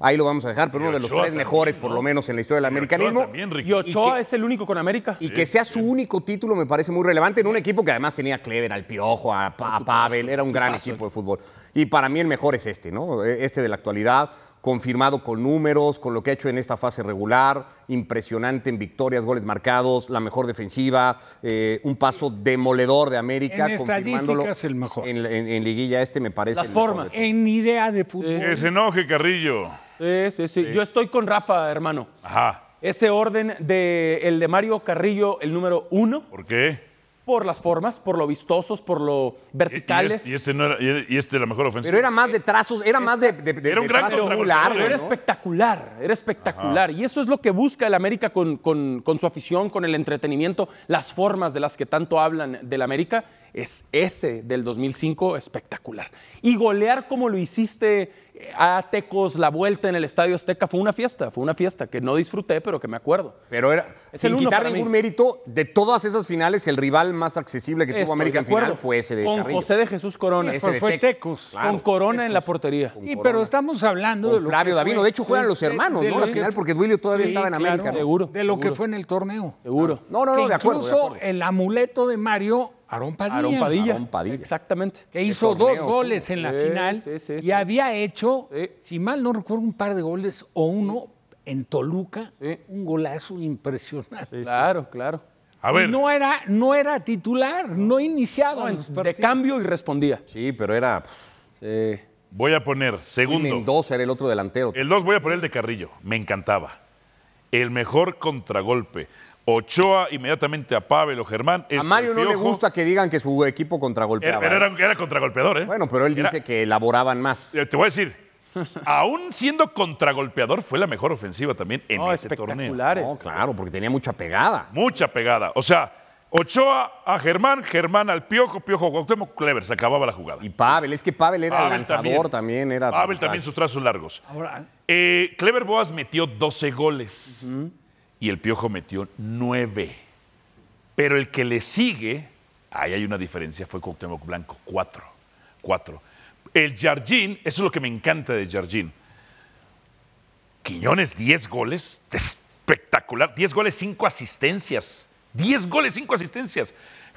Speaker 10: Ahí lo vamos a dejar, pero uno de los
Speaker 9: Ochoa
Speaker 10: tres
Speaker 9: también,
Speaker 10: mejores, por lo menos en la historia del americanismo.
Speaker 9: Y Ochoa es el único con América.
Speaker 10: Y que sea su único título me parece muy relevante en un equipo que además tenía a Clever, al Piojo, a, Pa- a Pavel, era un gran equipo de fútbol. Y para mí el mejor es este, ¿no? E- Este de la actualidad, confirmado con números, con lo que ha hecho en esta fase regular, impresionante en victorias, goles marcados, la mejor defensiva, eh, un paso demoledor de América,
Speaker 11: En
Speaker 10: confirmándolo.
Speaker 11: estadísticas, el mejor.
Speaker 10: En, en- en liguilla este me parece. el mejor de este. todos.
Speaker 11: En idea de fútbol.
Speaker 8: Que se enoje, Carrillo.
Speaker 9: Sí, sí, sí. Yo estoy con Rafa, hermano.
Speaker 8: Ajá.
Speaker 9: Ese orden de el de Mario Carrillo, el número uno,
Speaker 8: ¿Por qué?
Speaker 9: por las formas, por lo vistosos, por lo verticales.
Speaker 8: Y, y este no era, y- y este la mejor ofensiva.
Speaker 10: Pero era más de trazos, era más de, de, de-
Speaker 8: Era un
Speaker 10: de
Speaker 8: gran
Speaker 10: trazos muy
Speaker 8: contragolpeador,
Speaker 10: largos,
Speaker 9: Pero era
Speaker 10: ¿no?
Speaker 9: espectacular, era espectacular. Y eso es lo que busca el América con, con- con su afición, con el entretenimiento, las formas de las que tanto hablan del América. Es ese del 2005 espectacular. Y golear como lo hiciste eh, a Tecos la vuelta en el Estadio Azteca fue una fiesta, fue una fiesta que no disfruté, pero que me acuerdo.
Speaker 10: Pero era,
Speaker 9: Es el
Speaker 10: sin
Speaker 9: uno
Speaker 10: quitar
Speaker 9: para mí.
Speaker 10: ningún mérito, de todas esas finales, el rival más accesible que tuvo
Speaker 9: Estoy
Speaker 10: América
Speaker 9: de
Speaker 10: en final
Speaker 9: acuerdo.
Speaker 10: fue ese de
Speaker 9: Con
Speaker 10: Carrillo.
Speaker 9: José de Jesús Corona.
Speaker 10: Ese de
Speaker 11: fue Tecos.
Speaker 10: claro.
Speaker 9: Con Corona en la portería.
Speaker 11: Sí, pero estamos hablando de
Speaker 10: Con
Speaker 11: lo
Speaker 10: Flavio
Speaker 11: que
Speaker 10: Davino.
Speaker 11: fue-
Speaker 10: De hecho, juegan
Speaker 11: sí,
Speaker 10: los hermanos,
Speaker 11: Pues, de
Speaker 10: ¿no?
Speaker 11: lo
Speaker 10: La
Speaker 11: que-
Speaker 10: final, porque Duilio todavía estaba en
Speaker 11: claro,
Speaker 10: América, ¿no?
Speaker 9: Seguro,
Speaker 11: De lo que
Speaker 9: seguro.
Speaker 11: fue en el torneo.
Speaker 9: Seguro.
Speaker 10: No, no, no,
Speaker 11: Que
Speaker 10: de acuerdo, de
Speaker 11: Incluso
Speaker 10: acuerdo.
Speaker 11: el amuleto de Mario Aarón Padilla.
Speaker 9: Aarón Padilla.
Speaker 10: Aarón Padilla.
Speaker 9: Exactamente.
Speaker 11: Que hizo
Speaker 10: torneo
Speaker 11: dos
Speaker 10: tuvo.
Speaker 11: goles en la
Speaker 9: Sí,
Speaker 11: final
Speaker 9: sí, sí,
Speaker 11: y
Speaker 9: sí.
Speaker 11: había hecho,
Speaker 9: Sí.
Speaker 11: si mal no recuerdo, un par de goles o uno en Toluca.
Speaker 9: Sí.
Speaker 11: Un golazo impresionante.
Speaker 9: Claro, claro.
Speaker 8: A ver,
Speaker 11: Y no era, no era titular, no iniciaba. los
Speaker 9: de
Speaker 11: partidos.
Speaker 9: cambio y respondía.
Speaker 10: Sí, pero era. pff,
Speaker 9: Sí.
Speaker 8: voy a poner
Speaker 10: y
Speaker 8: segundo.
Speaker 10: Mendoza era el otro delantero.
Speaker 8: El 2 voy a poner el de Carrillo. Me encantaba. El mejor contragolpe. Ochoa inmediatamente a Pavel o Germán.
Speaker 10: a
Speaker 8: este,
Speaker 10: Mario
Speaker 8: el
Speaker 10: no le
Speaker 8: Piojo.
Speaker 10: gusta que digan que su equipo
Speaker 8: Era,
Speaker 10: contragolpeaba.
Speaker 8: pero era, era contragolpeador, ¿eh?
Speaker 10: Bueno, pero él
Speaker 8: Era-
Speaker 10: dice que elaboraban más.
Speaker 8: Eh, Te voy a decir, aún siendo contragolpeador, fue la mejor ofensiva también en
Speaker 9: No,
Speaker 8: ese torneo.
Speaker 9: espectaculares.
Speaker 10: No, claro, porque tenía mucha pegada.
Speaker 8: Mucha pegada. O sea, Ochoa a Germán, Germán al Piojo, Piojo a Cuauhtémoc, Clever, se acababa la jugada.
Speaker 10: Y Pavel, es que Pavel era
Speaker 8: Pavel
Speaker 10: lanzador también. era Ah,
Speaker 8: Pavel también sus trazos largos.
Speaker 11: Ahora,
Speaker 8: Eh, Clever Boas metió 12 goles y el Piojo metió 9. Pero el que le sigue, ahí hay una diferencia, fue Cuauhtémoc Blanco, 4. cuatro. El Jardín, eso es lo que me encanta de Jardín. Quiñones, 10 goles, espectacular. 10 goles, 5 asistencias. 10 goles, 5 asistencias.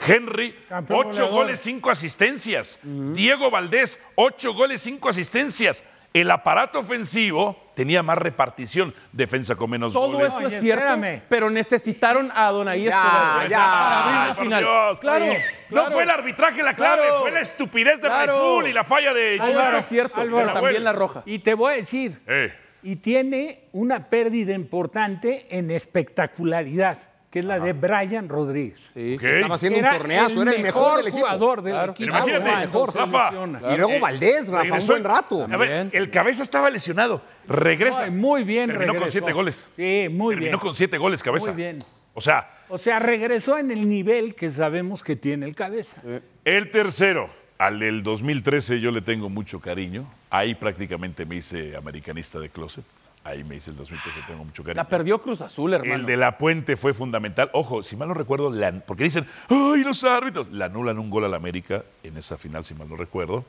Speaker 8: Henry, 8
Speaker 11: goleador.
Speaker 8: goles, 5 asistencias. Diego Valdés, 8 goles, 5 asistencias. El aparato ofensivo tenía más repartición, defensa con menos
Speaker 9: Todo
Speaker 8: goles.
Speaker 9: eso es cierto, pero necesitaron a Donaí
Speaker 8: Ya,
Speaker 9: Escobar
Speaker 8: ya.
Speaker 9: para abrir
Speaker 8: Ay,
Speaker 9: la
Speaker 8: por
Speaker 9: final.
Speaker 8: Dios.
Speaker 9: claro,
Speaker 8: Oye, no fue el arbitraje la clave, fue la estupidez de Raiful y la falla de
Speaker 9: Ah, Claro,
Speaker 8: Yubara.
Speaker 9: eso es cierto, pero
Speaker 8: Álvaro.
Speaker 9: también la roja.
Speaker 11: Y te voy a decir,
Speaker 8: Eh,
Speaker 11: y tiene una pérdida importante en espectacularidad, que es la de Brian Rodríguez.
Speaker 14: Que estaba haciendo un torneazo, era el mejor del equipo.
Speaker 11: jugador del
Speaker 14: Claro.
Speaker 11: equipo.
Speaker 14: Pero imagínate,
Speaker 11: Ah, entonces
Speaker 14: Rafa,
Speaker 11: se lesiona.
Speaker 14: y luego Valdés, Rafa, un buen rato.
Speaker 8: A ver, el cabeza estaba lesionado. Regresa.
Speaker 11: Ay, muy bien,
Speaker 8: Terminó con
Speaker 11: regresó.
Speaker 8: siete goles.
Speaker 11: Sí, muy bien.
Speaker 8: Terminó con siete goles, cabeza.
Speaker 11: Muy bien.
Speaker 8: O sea,
Speaker 11: O sea, regresó en el nivel que sabemos que tiene el cabeza.
Speaker 8: el tercero, al del 2013 yo le tengo mucho cariño. Ahí prácticamente me hice americanista de closet. Ahí me hice el 2013, tengo mucho cariño.
Speaker 9: La perdió Cruz Azul, hermano.
Speaker 8: El de la puente fue fundamental. Ojo, si mal no recuerdo, la- porque dicen, ¡ay, los árbitros! La anulan un gol al América en esa final, si mal no recuerdo.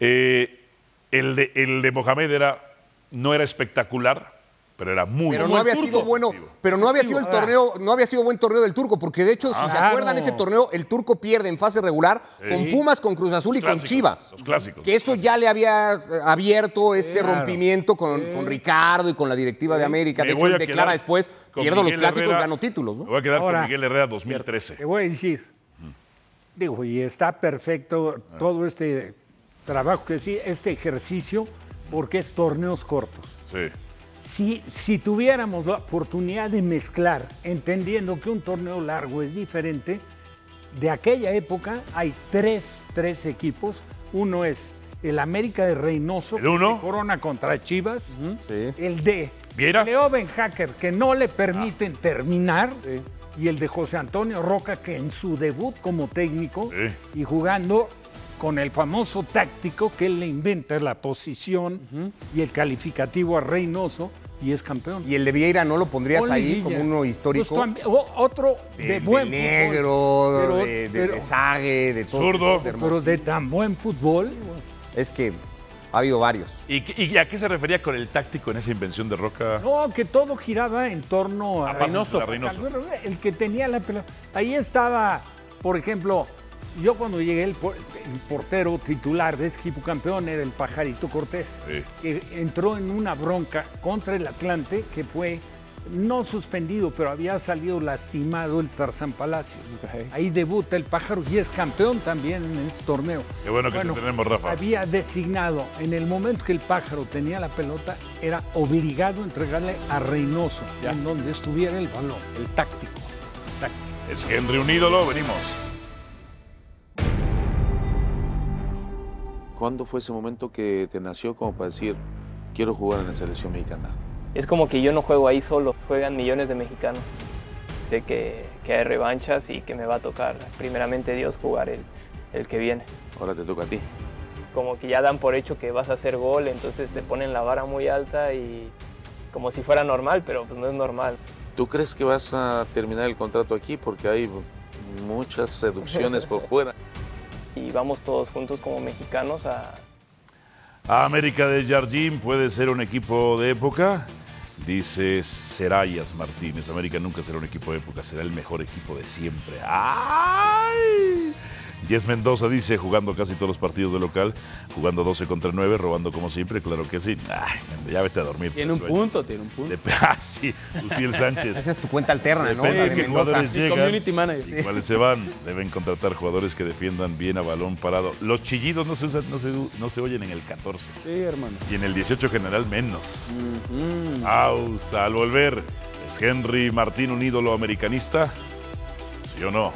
Speaker 8: Eh, el, de, el de Mohamed era, no era espectacular, pero era muy
Speaker 10: Pero
Speaker 8: bueno.
Speaker 10: no había sido bueno, pero no había sido el torneo, no había sido buen torneo del turco, porque de hecho, si se
Speaker 8: Claro.
Speaker 10: acuerdan, ese torneo el turco pierde en fase regular
Speaker 8: Sí.
Speaker 10: con Pumas, con Cruz Azul y con
Speaker 8: Clásicos,
Speaker 10: Chivas.
Speaker 8: Los clásicos.
Speaker 10: Que eso ya le había eh, abierto este
Speaker 8: Claro.
Speaker 10: rompimiento con, con Ricardo y con la directiva de América.
Speaker 8: Me
Speaker 10: De hecho,
Speaker 8: voy
Speaker 10: él
Speaker 8: a
Speaker 10: declara
Speaker 8: quedar
Speaker 10: después,
Speaker 8: con
Speaker 10: pierdo los
Speaker 8: Miguel
Speaker 10: clásicos,
Speaker 8: Herrera.
Speaker 10: gano títulos. ¿no?
Speaker 8: Me voy a quedar
Speaker 11: Ahora,
Speaker 8: con Miguel Herrera 2013.
Speaker 11: Te voy a decir, digo, y está perfecto todo este trabajo que sí, este ejercicio, porque es torneos cortos.
Speaker 8: Sí.
Speaker 11: Si, si tuviéramos la oportunidad de mezclar, entendiendo que un torneo largo es diferente, de aquella época hay tres, tres equipos. Uno es el América de Reynoso,
Speaker 8: El
Speaker 11: que se
Speaker 8: uno.
Speaker 11: corona contra Chivas. El de Leo Benhacker, que no le permiten terminar. Y el de José Antonio Roca, que en su debut como técnico y jugando con el famoso táctico que él le inventa la posición y el calificativo a Reynoso y es campeón.
Speaker 10: Y el de Vieira no lo pondrías
Speaker 11: Ponle
Speaker 10: ahí
Speaker 11: Villa.
Speaker 10: como uno histórico.
Speaker 11: Pues también- o- otro de,
Speaker 10: de, de
Speaker 11: buen
Speaker 10: negro,
Speaker 11: fútbol,
Speaker 10: de, de,
Speaker 11: pero-
Speaker 10: de Sague, de todo.
Speaker 8: Zurdo.
Speaker 11: pero de tan buen fútbol.
Speaker 10: Es que ha habido varios.
Speaker 8: ¿Y, qué- y a qué se refería con el táctico en esa invención de Roca?
Speaker 11: No, que todo giraba en torno a,
Speaker 8: A pasos
Speaker 11: Reynoso.
Speaker 8: a Ah, Reynoso.
Speaker 11: El que tenía la pelota. Ahí estaba, por ejemplo, yo cuando llegué, el, por- el portero titular de ese equipo campeón era el Pajarito Cortés,
Speaker 8: Sí.
Speaker 11: que entró en una bronca contra el Atlante, que fue no suspendido, pero había salido lastimado el Tarzán Palacios. Ahí debuta el Pájaro y es campeón también en ese torneo.
Speaker 8: Qué bueno que te tenemos, Rafa.
Speaker 11: Había designado, en el momento que el pájaro tenía la pelota, era obligado a entregarle a Reynoso, en donde estuviera el balón, el táctico.
Speaker 8: Es Henry un ídolo, venimos.
Speaker 15: ¿Cuándo fue ese momento que te nació como para decir, quiero jugar en la selección mexicana?
Speaker 16: Es como que yo no juego ahí solo, juegan millones de mexicanos. Sé que, que hay revanchas y que me va a tocar, primeramente Dios, jugar el, el que viene.
Speaker 15: Ahora te toca a ti.
Speaker 16: Como que ya dan por hecho que vas a hacer gol, entonces te ponen la vara muy alta y como si fuera normal, pero pues no es normal.
Speaker 15: ¿Tú crees que vas a terminar el contrato aquí? Porque hay muchas seducciones por fuera.
Speaker 16: Y vamos todos juntos como mexicanos a,
Speaker 8: América de Jardín puede ser un equipo de época, dice Serayas Martínez. América nunca será un equipo de época, será el mejor equipo de siempre. ¡Ay! Jess Mendoza dice, jugando casi todos los partidos de local, jugando 12 contra 9, robando como siempre, claro que sí. Ay, anda, ya vete a dormir. pues,
Speaker 9: Tiene un punto, tiene un punto.
Speaker 8: Ah, sí, Luciel Sánchez.
Speaker 10: Esa es tu cuenta alterna, ¿no?
Speaker 8: Depende
Speaker 10: La
Speaker 8: de
Speaker 10: de
Speaker 8: qué
Speaker 10: Mendoza.
Speaker 8: jugadores
Speaker 10: Sí,
Speaker 8: llegan
Speaker 10: community
Speaker 8: y cuáles se van. Deben contratar jugadores que defiendan bien a balón parado. Los chillidos no se, usan- no se, no se oyen en el 14.
Speaker 9: Sí, hermano.
Speaker 8: Y en el 18 general menos. Pausa al volver. ¿Es Henry Martín un ídolo americanista? ¿Sí o no?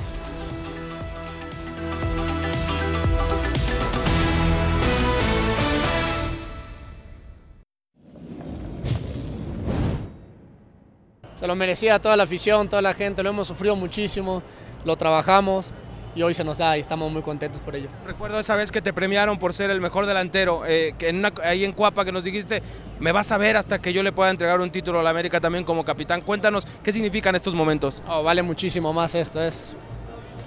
Speaker 17: Se lo merecía toda la afición, toda la gente, lo hemos sufrido muchísimo, lo trabajamos y hoy se nos da y estamos muy contentos por ello.
Speaker 18: Recuerdo esa vez que te premiaron por ser el mejor delantero, eh, que en una- ahí en Cuapa, que nos dijiste, me vas a ver hasta que yo le pueda entregar un título a la América también como capitán. Cuéntanos, ¿qué significan estos momentos?
Speaker 17: Oh, vale muchísimo más esto, es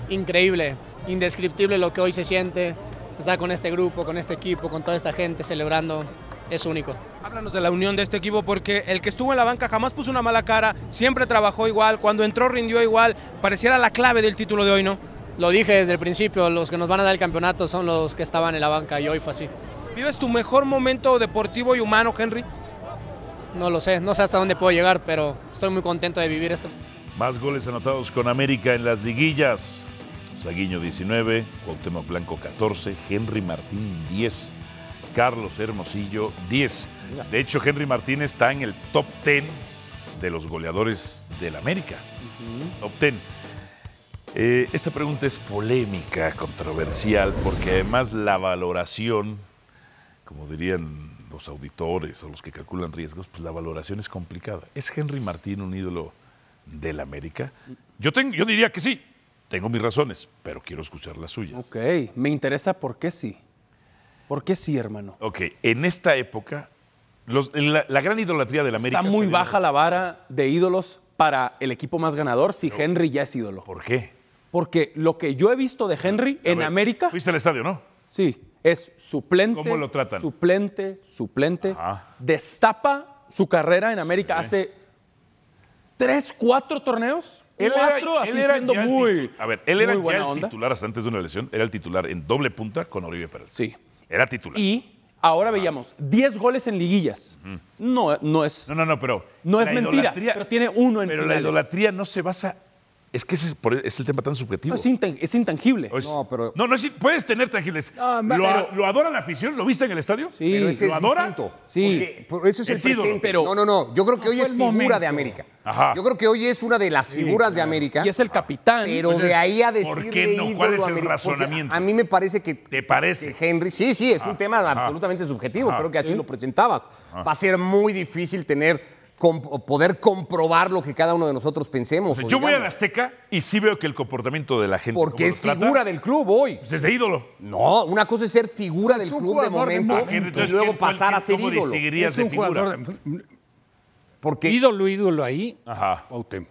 Speaker 17: increíble, indescriptible lo que hoy se siente, estar con este grupo, con este equipo, con toda esta gente celebrando, es único.
Speaker 18: Háblanos de la unión de este equipo porque el que estuvo en la banca jamás puso una mala cara, siempre trabajó igual, cuando entró rindió igual, pareciera la clave del título de hoy, ¿no?
Speaker 17: Lo dije desde el principio, los que nos van a dar el campeonato son los que estaban en la banca y hoy fue así.
Speaker 18: ¿Vives tu mejor momento deportivo y humano, Henry?
Speaker 17: No lo sé, no sé hasta dónde puedo llegar, pero estoy muy contento de vivir esto.
Speaker 8: Más goles anotados con América en las liguillas. Saguiño 19, Cuauhtémoc Blanco 14, Henry Martín 10, Carlos Hermosillo 10. De hecho, Henry Martín está en el top 10 de los goleadores del América. Top 10. Eh, esta pregunta es polémica, controversial, porque además la valoración, como dirían los auditores o los que calculan riesgos, pues la valoración es complicada. ¿Es Henry Martín un ídolo del América? Yo, tengo, yo diría que sí. Tengo mis razones, pero quiero escuchar las suyas.
Speaker 9: Ok, me interesa por qué sí. ¿Por qué sí, hermano?
Speaker 8: Ok, en esta época, los- la, la gran idolatría del América.
Speaker 9: Está
Speaker 8: se
Speaker 9: muy
Speaker 8: debe-
Speaker 9: baja la vara de ídolos para el equipo más ganador si Henry ya es ídolo.
Speaker 8: ¿Por qué?
Speaker 9: Porque lo que yo he visto de Henry en América.
Speaker 8: Fuiste al estadio, ¿no?
Speaker 9: Sí. Es suplente.
Speaker 8: ¿Cómo lo tratan?
Speaker 9: Suplente, suplente. Destapa su carrera en América hace tres, cuatro torneos.
Speaker 8: Él era,
Speaker 9: cuatro, así
Speaker 8: él era
Speaker 9: siendo
Speaker 8: ya el
Speaker 9: muy.
Speaker 8: titu- A ver, él era
Speaker 9: muy
Speaker 8: ya
Speaker 9: buena
Speaker 8: el
Speaker 9: onda.
Speaker 8: titular hasta antes de una lesión. Era el titular en doble punta con Oribe Pérez.
Speaker 9: Sí.
Speaker 8: Era titular.
Speaker 9: Y ahora veíamos 10 goles en liguillas. No, no es.
Speaker 8: No, no, no, pero.
Speaker 9: No es
Speaker 8: la
Speaker 9: mentira,
Speaker 8: idolatría-
Speaker 9: pero tiene uno en
Speaker 8: Pero la
Speaker 9: finales.
Speaker 8: idolatría no se basa. Es que ese es, por- es el tema tan subjetivo.
Speaker 9: No, es, intan- es intangible.
Speaker 8: no, pero. No, no, sí, puedes tener tangibles.
Speaker 9: ma-
Speaker 8: lo, a-
Speaker 9: pero-
Speaker 8: lo adora la afición? ¿Lo viste en el estadio?
Speaker 9: Sí. Pero ese
Speaker 8: ¿Lo
Speaker 9: es
Speaker 8: adora?
Speaker 9: distinto.
Speaker 10: Porque por eso es, el
Speaker 8: ídolo.
Speaker 10: presente. no, no, no. Yo creo que hoy es figura de América.
Speaker 8: Ajá.
Speaker 10: Yo creo que hoy es una de las figuras de América. Y
Speaker 9: es el capitán.
Speaker 10: Pero
Speaker 8: Entonces,
Speaker 10: de ahí a
Speaker 8: Pues ¿por
Speaker 10: decirle
Speaker 8: qué no? ¿Cuál
Speaker 10: ídolo
Speaker 8: es el
Speaker 10: América- porque
Speaker 8: razonamiento?
Speaker 10: A mí me parece que...
Speaker 8: ¿Te parece?
Speaker 10: que Henry, sí, sí, es
Speaker 8: Ajá.
Speaker 10: un tema
Speaker 8: Ajá.
Speaker 10: absolutamente subjetivo.
Speaker 8: Ajá.
Speaker 10: Creo que así
Speaker 8: Sí.
Speaker 10: lo presentabas.
Speaker 8: Ajá.
Speaker 10: Va a ser muy difícil tener... com- poder comprobar lo que cada uno de nosotros pensemos. o
Speaker 8: Yo voy
Speaker 10: digamos.
Speaker 8: al Azteca y sí veo que el comportamiento de la gente.
Speaker 10: Porque
Speaker 8: cómo los
Speaker 10: es
Speaker 8: trata,
Speaker 10: figura del club hoy.
Speaker 8: pues es de ídolo.
Speaker 10: No, una cosa es ser figura del
Speaker 8: un
Speaker 10: club de
Speaker 8: jugador de
Speaker 10: momento
Speaker 8: momento.
Speaker 10: y
Speaker 8: Entonces,
Speaker 10: luego
Speaker 8: ¿quién- cuál-
Speaker 10: pasar a ser
Speaker 8: cómo
Speaker 10: ídolo.
Speaker 8: distinguirías de figura?
Speaker 10: Porque
Speaker 11: ídolo, ídolo ahí,
Speaker 8: Ajá.
Speaker 11: Pues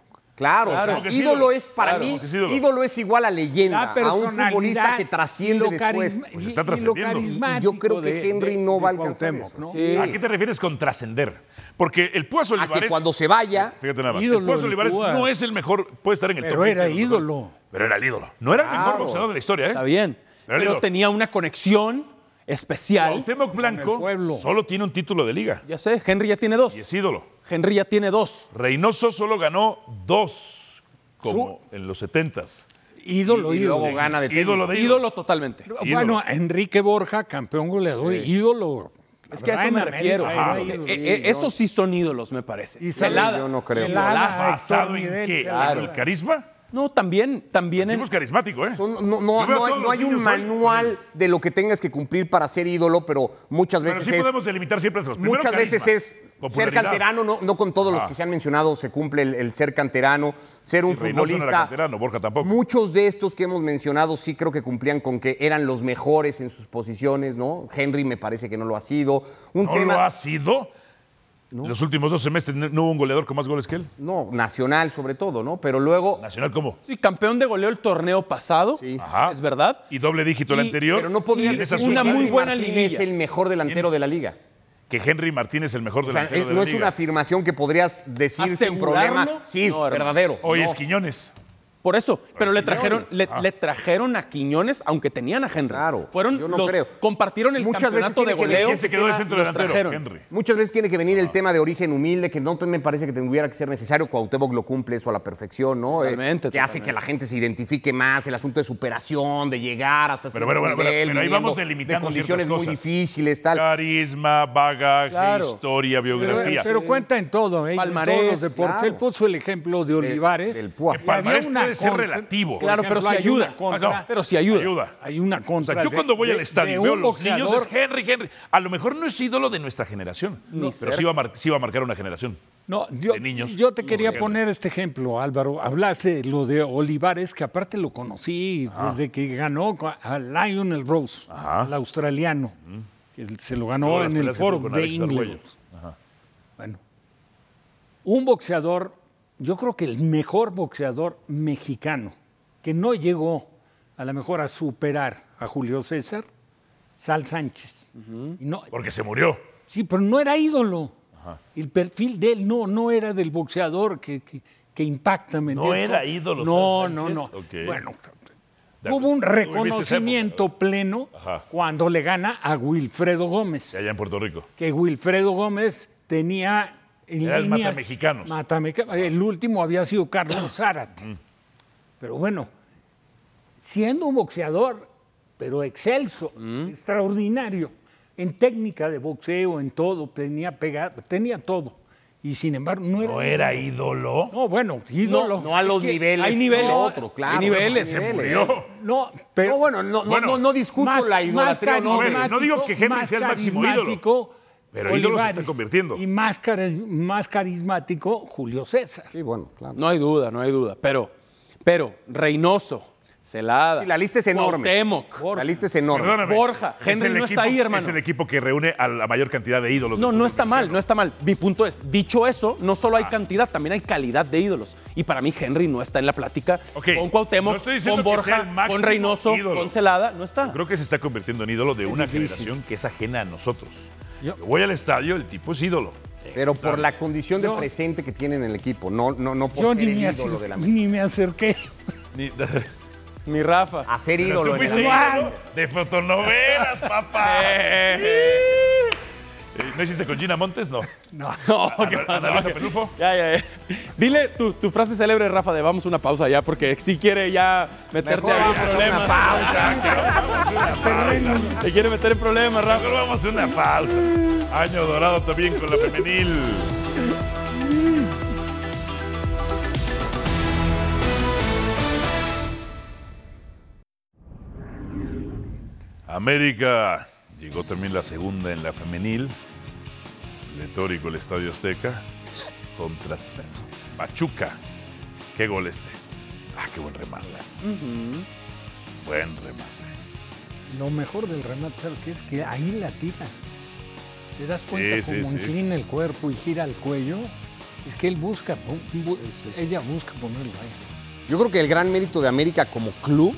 Speaker 11: Claro,
Speaker 10: Claro, o sea,
Speaker 11: porque es
Speaker 10: ídolo
Speaker 11: ídolo.
Speaker 10: es para
Speaker 11: Claro,
Speaker 10: mí,
Speaker 11: porque es
Speaker 10: ídolo.
Speaker 11: ídolo.
Speaker 10: es igual a leyenda,
Speaker 11: La
Speaker 10: a un futbolista
Speaker 11: personalidad
Speaker 10: que
Speaker 11: y
Speaker 10: trasciende
Speaker 11: lo
Speaker 10: después.
Speaker 11: carisma- Pues está y- y lo trascendiendo.
Speaker 10: Y Yo creo que
Speaker 11: carismático
Speaker 10: Henry
Speaker 11: de-
Speaker 10: no
Speaker 11: de
Speaker 10: va a alcanzar
Speaker 11: Cuauhtémoc,
Speaker 10: eso.
Speaker 11: ¿no?
Speaker 10: Sí.
Speaker 8: ¿A qué te refieres con trascender? Porque el Puazo Olivares.
Speaker 10: cuando se vaya,
Speaker 8: Fíjate nada más. el
Speaker 11: ídolo
Speaker 8: Puazo
Speaker 11: del
Speaker 8: Olivares
Speaker 11: Púas.
Speaker 8: no es el mejor. Puede estar en el
Speaker 11: Pero
Speaker 8: top 20
Speaker 11: era
Speaker 8: de los mejores,
Speaker 11: ídolo.
Speaker 8: Pero era el ídolo. No era el mejor
Speaker 9: Claro.
Speaker 8: boxeador de la historia, ¿eh?
Speaker 9: Está bien.
Speaker 8: Era el
Speaker 9: Pero
Speaker 8: ídolo.
Speaker 9: tenía una conexión especial.
Speaker 8: Cuauhtémoc Blanco solo tiene un título de liga.
Speaker 9: Ya sé, Henry ya tiene dos.
Speaker 8: Y es ídolo.
Speaker 9: Henry ya tiene dos.
Speaker 8: Reynoso solo ganó dos, como en los 70s.
Speaker 11: Ídolo,
Speaker 8: Y- y
Speaker 11: ídolo.
Speaker 8: luego gana de Ídolo técnico. de ídolo.
Speaker 9: ídolo totalmente.
Speaker 11: Bueno, Enrique Borja, campeón goleador, ídolo.
Speaker 9: Es que a eso
Speaker 11: En
Speaker 9: me
Speaker 11: América
Speaker 9: refiero.
Speaker 11: era
Speaker 9: Ajá.
Speaker 11: ídolo.
Speaker 9: Eh, eh, esos sí son ídolos, me parece.
Speaker 11: Y
Speaker 9: se
Speaker 11: sabes,
Speaker 9: la
Speaker 11: yo no creo.
Speaker 8: ¿Basado en qué? ¿En el carisma?
Speaker 9: No, también, también.
Speaker 8: Es carismático, ¿eh?
Speaker 10: Son- no, no-
Speaker 8: Yo veo
Speaker 10: no
Speaker 8: todos
Speaker 10: hay- no
Speaker 8: los
Speaker 10: hay un
Speaker 8: niños hoy-
Speaker 10: manual de lo que tengas que cumplir para ser ídolo, pero muchas
Speaker 8: Pero
Speaker 10: veces
Speaker 8: sí
Speaker 10: es
Speaker 8: podemos delimitar siempre los primeros
Speaker 10: Muchas veces
Speaker 8: carismas.
Speaker 10: es ser
Speaker 8: Popularidad.
Speaker 10: canterano, no, no con todos los
Speaker 8: Ajá.
Speaker 10: que se han mencionado se cumple el, el ser canterano, ser un
Speaker 8: Y Reynoso no era
Speaker 10: futbolista.
Speaker 8: canterano, Borja tampoco.
Speaker 10: Muchos de estos que hemos mencionado sí creo que cumplían con que eran los mejores en sus posiciones, ¿no? Henry me parece que no lo ha sido. Un
Speaker 8: ¿No
Speaker 10: tema
Speaker 8: lo ha sido? En los últimos dos semestres no no hubo un goleador con más goles que él.
Speaker 10: no, nacional sobre todo, ¿no? Pero luego
Speaker 8: ¿Nacional cómo?
Speaker 9: Sí, campeón de goleo el torneo pasado. Es verdad.
Speaker 8: Y doble dígito el
Speaker 9: Y-
Speaker 8: anterior.
Speaker 9: pero no podría
Speaker 8: Y
Speaker 9: decir
Speaker 8: esa
Speaker 9: que una
Speaker 8: suerte.
Speaker 9: muy buena
Speaker 10: Martínez es
Speaker 9: liguilla.
Speaker 10: el mejor delantero de la liga.
Speaker 8: Que Henry Martín es el mejor
Speaker 10: O sea,
Speaker 8: delantero
Speaker 10: eh,
Speaker 8: de
Speaker 10: no
Speaker 8: la
Speaker 10: es
Speaker 8: liga.
Speaker 10: una afirmación que podrías decir sin
Speaker 9: ¿Asegurarlo?
Speaker 10: problema. Sí,
Speaker 9: No, hermano.
Speaker 10: verdadero.
Speaker 8: Hoy
Speaker 10: No.
Speaker 8: es Quiñones.
Speaker 9: Por eso, pero le
Speaker 10: Quiñones.
Speaker 9: trajeron, le,
Speaker 10: Ah.
Speaker 9: le trajeron a Quiñones, aunque tenían a Henry. Claro. Fueron
Speaker 10: yo no
Speaker 9: los-
Speaker 10: creo.
Speaker 9: compartieron el campeonato
Speaker 10: tiene
Speaker 9: de
Speaker 10: que venir
Speaker 9: goleo.
Speaker 10: el tema-
Speaker 9: los trajeron.
Speaker 10: Muchas veces tiene que venir el tema de origen humilde, que no te- me parece que tuviera que ser necesario. Cuauhtémoc lo cumple eso a la perfección, ¿no? Eh, que hace que la gente se identifique más, el asunto de superación, de llegar hasta
Speaker 8: Pero,
Speaker 10: cierto
Speaker 8: bueno, bueno, bueno,
Speaker 10: nivel,
Speaker 8: pero ahí
Speaker 10: viniendo
Speaker 8: vamos delimitando
Speaker 10: de condiciones
Speaker 8: ciertas
Speaker 10: muy
Speaker 8: cosas.
Speaker 10: difíciles, tal.
Speaker 8: Carisma, bagaje,
Speaker 10: Claro.
Speaker 8: historia, biografía.
Speaker 11: Pero, pero cuenta en todo, ¿eh?
Speaker 9: Palmarés,
Speaker 11: en todos los deportes.
Speaker 9: claro.
Speaker 11: Él puso el ejemplo de Olivares.
Speaker 10: del
Speaker 8: Púas. Que Palmarés puede ser relativo.
Speaker 11: por
Speaker 9: Claro, pero
Speaker 11: ejemplo,
Speaker 9: si
Speaker 11: hay una
Speaker 9: ayuda.
Speaker 11: contra-
Speaker 9: Ah, no, pero si ayuda. Ayuda.
Speaker 11: Hay una
Speaker 8: O sea,
Speaker 11: contra.
Speaker 8: yo
Speaker 11: de-
Speaker 8: cuando voy
Speaker 11: de-
Speaker 8: al estadio
Speaker 11: de
Speaker 8: y veo a
Speaker 11: un
Speaker 8: los niños
Speaker 11: boxeador.
Speaker 8: es Henry, Henry. A lo mejor no es ídolo de nuestra generación,
Speaker 11: No.
Speaker 8: pero sí va, a mar- sí va a marcar una generación.
Speaker 11: No, yo,
Speaker 8: de niños.
Speaker 11: yo te quería
Speaker 8: Henry.
Speaker 11: poner este ejemplo, Álvaro. Hablaste de lo de Olivares, que aparte lo conocí
Speaker 8: Ajá.
Speaker 11: desde que ganó co- a Lionel Rose, al australiano. que se lo ganó
Speaker 8: Luego las
Speaker 11: en el
Speaker 8: peleas que tuvo
Speaker 11: foro
Speaker 8: con
Speaker 11: de
Speaker 8: Alex
Speaker 11: Inglaterra.
Speaker 8: Arguello. Ajá.
Speaker 11: Bueno, un boxeador, yo creo que el mejor boxeador mexicano, que no llegó a lo mejor a superar a Julio César, Sal Sánchez. Y no-
Speaker 8: Porque se murió.
Speaker 11: Sí, pero no era ídolo. El perfil de él no, no era del boxeador que, que- que impacta, ¿me
Speaker 8: No
Speaker 11: entiendes?
Speaker 8: era ídolo.
Speaker 11: No,
Speaker 8: Sal
Speaker 11: no,
Speaker 8: Sánchez.
Speaker 11: no.
Speaker 8: Ok.
Speaker 11: Bueno,
Speaker 8: De
Speaker 11: hubo
Speaker 8: acuerdo. Tú viviste esa
Speaker 11: un
Speaker 8: época.
Speaker 11: reconocimiento pleno
Speaker 8: Ajá.
Speaker 11: cuando le gana a Wilfredo Gómez.
Speaker 8: Allá en Puerto Rico.
Speaker 11: Que Wilfredo Gómez tenía en
Speaker 8: Era el
Speaker 11: línea-
Speaker 8: matamexicanos.
Speaker 11: Matameca- El último había sido Carlos Zárate. Pero bueno, siendo un boxeador, pero excelso, extraordinario, en técnica de boxeo, en todo, tenía pegada, tenía todo. Y sin embargo, no era,
Speaker 8: No era ídolo.
Speaker 11: No, pues bueno, ídolo.
Speaker 10: No, no a los
Speaker 11: que
Speaker 10: niveles
Speaker 11: Hay niveles.
Speaker 10: del otro, claro,
Speaker 11: Hay niveles.
Speaker 10: hay niveles. Se murió.
Speaker 11: No, pero.
Speaker 10: No, bueno, no- no- no- no discuto la idolatría, no,
Speaker 11: carismático,
Speaker 10: no digo que Henry
Speaker 11: más
Speaker 10: sea el máximo
Speaker 11: carismático
Speaker 10: ídolo, pero ídolo se está
Speaker 11: Olivares.
Speaker 10: convirtiendo.
Speaker 11: Y más, cari- más carismático, Julio César.
Speaker 10: Sí, bueno, claro.
Speaker 9: No hay duda, no hay duda. Pero, pero, Reynoso, Celada.
Speaker 10: Sí, la lista es enorme.
Speaker 9: Cuauhtémoc.
Speaker 10: La lista es enorme.
Speaker 8: Perdóname.
Speaker 9: Borja,
Speaker 8: Es
Speaker 9: Henry
Speaker 8: el
Speaker 9: no está ahí, hermano.
Speaker 8: Es el equipo que reúne a la mayor cantidad de ídolos.
Speaker 9: No, no está mal, no está mal. Mi punto es, dicho eso, no solo
Speaker 8: Ah.
Speaker 9: hay cantidad, también hay calidad de ídolos. Y para mí Henry no está en la plática con
Speaker 8: No
Speaker 9: Cuauhtémoc,
Speaker 8: estoy diciendo
Speaker 9: con
Speaker 8: que sea
Speaker 9: Borja,
Speaker 8: el máximo
Speaker 9: con Reynoso,
Speaker 8: ídolo.
Speaker 9: con Celada, no está.
Speaker 8: Creo que se está convirtiendo en ídolo de una generación que es ajena a nosotros.
Speaker 11: Yo
Speaker 8: voy al estadio, el tipo es ídolo.
Speaker 10: Pero por la condición de
Speaker 8: Yo-
Speaker 10: presente que tiene en el equipo, no, no, no por
Speaker 11: Yo
Speaker 10: ser
Speaker 11: ni
Speaker 10: el
Speaker 11: me,
Speaker 10: ídolo
Speaker 11: acer-
Speaker 10: de la
Speaker 11: ni me acerqué.
Speaker 8: Ni,
Speaker 9: Mi Rafa. A
Speaker 10: ser
Speaker 8: Pero
Speaker 10: ídolo
Speaker 8: tú
Speaker 10: en el
Speaker 8: fuiste
Speaker 10: equipo.
Speaker 8: ídolo de fotonovelas, papá. Eh, ¿No hiciste con Gina Montes? No.
Speaker 11: No,
Speaker 8: ¿qué pasa? Ana Luisa Pelufo.
Speaker 9: Ya, ya, ya. Dile tu, tu frase célebre, Rafa, de vamos a una pausa ya, porque si quiere ya meterte ahí en problemas. Te quiere meter en problemas, Rafa.
Speaker 8: Mejor vamos a una pausa. Año dorado también con la femenil. América llegó también la segunda en la femenil. Letórico el Estadio Azteca contra Pachuca. Qué gol este. Ah, qué buen remate. Buen remate.
Speaker 11: Lo mejor del remate, ¿sabes qué es? Que ahí la tira. ¿Te das cuenta
Speaker 8: Sí, sí,
Speaker 11: cómo
Speaker 8: sí.
Speaker 11: inclina el cuerpo y gira el cuello? Es que él busca, pon- bu- ella busca ponerlo ahí.
Speaker 10: Yo creo que el gran mérito de América como club,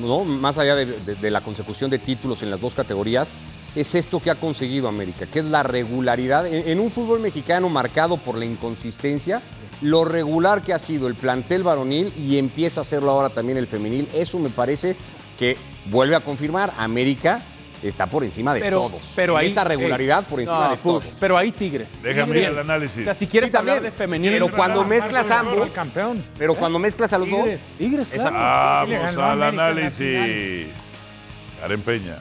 Speaker 10: ¿no? más allá de, de- de la consecución de títulos en las dos categorías, es esto que ha conseguido América, que es la regularidad. En, en un fútbol mexicano marcado por la inconsistencia, lo regular que ha sido el plantel varonil y empieza a hacerlo ahora también el femenil, eso me parece que vuelve a confirmar, América está por encima de todos. En Esa regularidad
Speaker 9: ey,
Speaker 10: por encima
Speaker 9: no,
Speaker 10: de
Speaker 9: push,
Speaker 10: todos.
Speaker 9: Pero ahí Tigres.
Speaker 10: Déjame ir al
Speaker 9: Tigres.
Speaker 10: análisis.
Speaker 9: O sea, si quieres
Speaker 10: Sí,
Speaker 9: hablar
Speaker 10: también.
Speaker 9: de femenil.
Speaker 10: Pero cuando mezclas ambos-
Speaker 11: campeón.
Speaker 10: Pero cuando mezclas a los dos,
Speaker 9: Tigres, Tigres,
Speaker 10: esa- Ah.
Speaker 9: claro.
Speaker 8: Vamos
Speaker 10: ganó
Speaker 8: al
Speaker 10: América en la
Speaker 8: análisis. Karen Peña.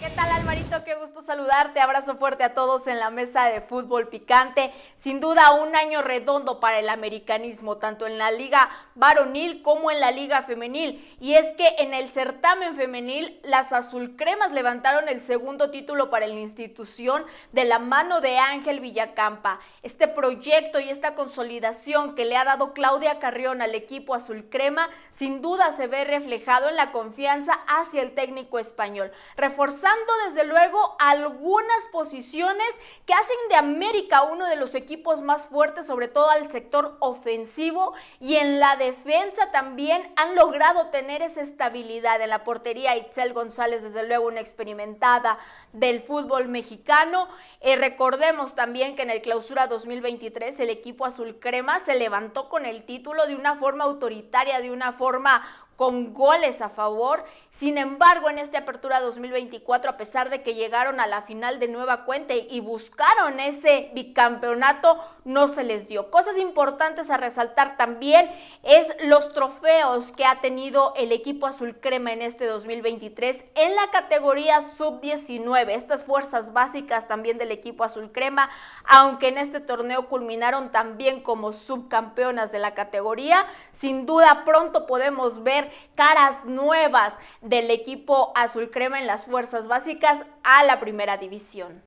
Speaker 19: ¿Qué tal Alvarito? Qué gusto saludarte. Abrazo fuerte a todos en la mesa de fútbol picante. Sin duda un año redondo para el americanismo, tanto en la liga varonil como en la liga femenil. Y es que en el certamen femenil las azulcremas levantaron el segundo título para la institución de la mano de Ángel Villacampa. Este proyecto y esta consolidación que le ha dado Claudia Carrión al equipo azulcrema sin duda se ve reflejado en la confianza hacia el técnico español, reforzando desde luego algunas posiciones que hacen de América uno de los equipos más fuertes, sobre todo al sector ofensivo y en la defensa también han logrado tener esa estabilidad en la portería Itzel González, desde luego una experimentada del fútbol mexicano. Eh, recordemos también que en el clausura 2023 el equipo azul crema se levantó con el título de una forma autoritaria, de una forma con goles a favor. Sin embargo, en esta apertura 2024, a pesar de que llegaron a la final de nueva cuenta y buscaron ese bicampeonato, no se les dio. Cosas importantes a resaltar también es los trofeos que ha tenido el equipo azul crema en este 2023 en la categoría sub-19. Estas fuerzas básicas también del equipo azul crema, aunque en este torneo culminaron también como subcampeonas de la categoría, sin duda pronto podemos ver caras nuevas del equipo azul crema en las fuerzas básicas a la primera división.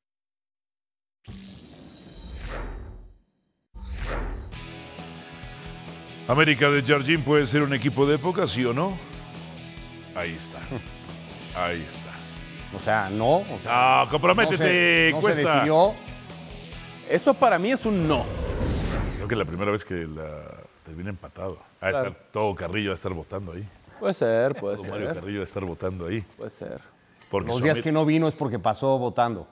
Speaker 8: América de Jardín puede ser un equipo de época, ¿sí o no? Ahí está. Ahí está.
Speaker 10: O sea, no. O
Speaker 8: sea, comprométete, cuesta.
Speaker 9: Eso para mí es un no.
Speaker 8: Creo que es la primera vez que la termina empatado. Ha de
Speaker 9: Claro.
Speaker 8: estar todo Carrillo, va a estar votando ahí.
Speaker 9: Puede ser, puede
Speaker 8: Todo Mario
Speaker 9: ser.
Speaker 8: Carrillo va a estar votando ahí.
Speaker 9: Puede ser.
Speaker 8: Porque
Speaker 10: Los
Speaker 8: son
Speaker 10: días
Speaker 8: el-
Speaker 10: que no vino es porque pasó votando.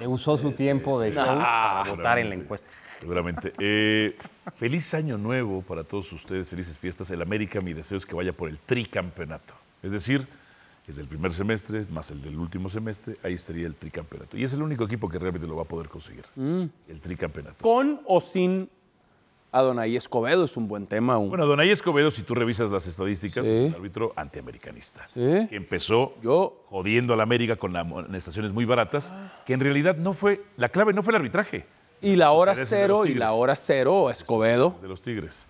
Speaker 10: Eh, Usó su tiempo de shows para votar en la encuesta.
Speaker 8: Ah, Seguramente. Eh, feliz año nuevo para todos ustedes, felices fiestas. El América, mi deseo es que vaya por el tricampeonato. Es decir, el del primer semestre más el del último semestre, ahí estaría el tricampeonato. Y es el único equipo que realmente lo va a poder conseguir,
Speaker 10: Mm.
Speaker 8: el tricampeonato.
Speaker 9: ¿Con o sin Adonai Escobedo? Es un buen tema. un-
Speaker 8: Bueno, Donay Escobedo, si tú revisas las estadísticas,
Speaker 9: Sí.
Speaker 8: es un árbitro antiamericanista. Que empezó jodiendo a la América con la- amonestaciones muy baratas,
Speaker 10: Ah.
Speaker 8: que en realidad no fue, la clave no fue el arbitraje.
Speaker 9: Y la hora
Speaker 8: intereses de
Speaker 9: cero,
Speaker 8: los
Speaker 9: y la
Speaker 8: Tigres.
Speaker 9: hora cero, Escobedo.
Speaker 8: De los Tigres.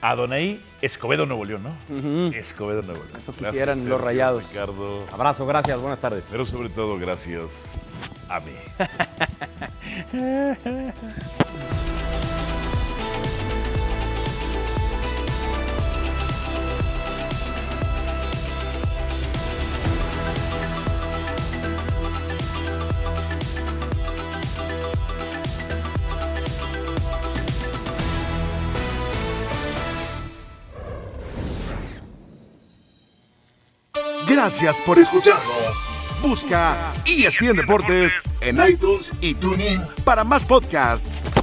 Speaker 8: Adonai Escobedo Nuevo León, ¿no? Escobedo Nuevo León. Eso
Speaker 9: quisieran los rayados.
Speaker 8: Ricardo.
Speaker 10: Abrazo, gracias, buenas tardes.
Speaker 8: Pero sobre todo, gracias a mí.
Speaker 1: Gracias por escucharnos. Busca ESPN Deportes en iTunes y TuneIn para más podcasts.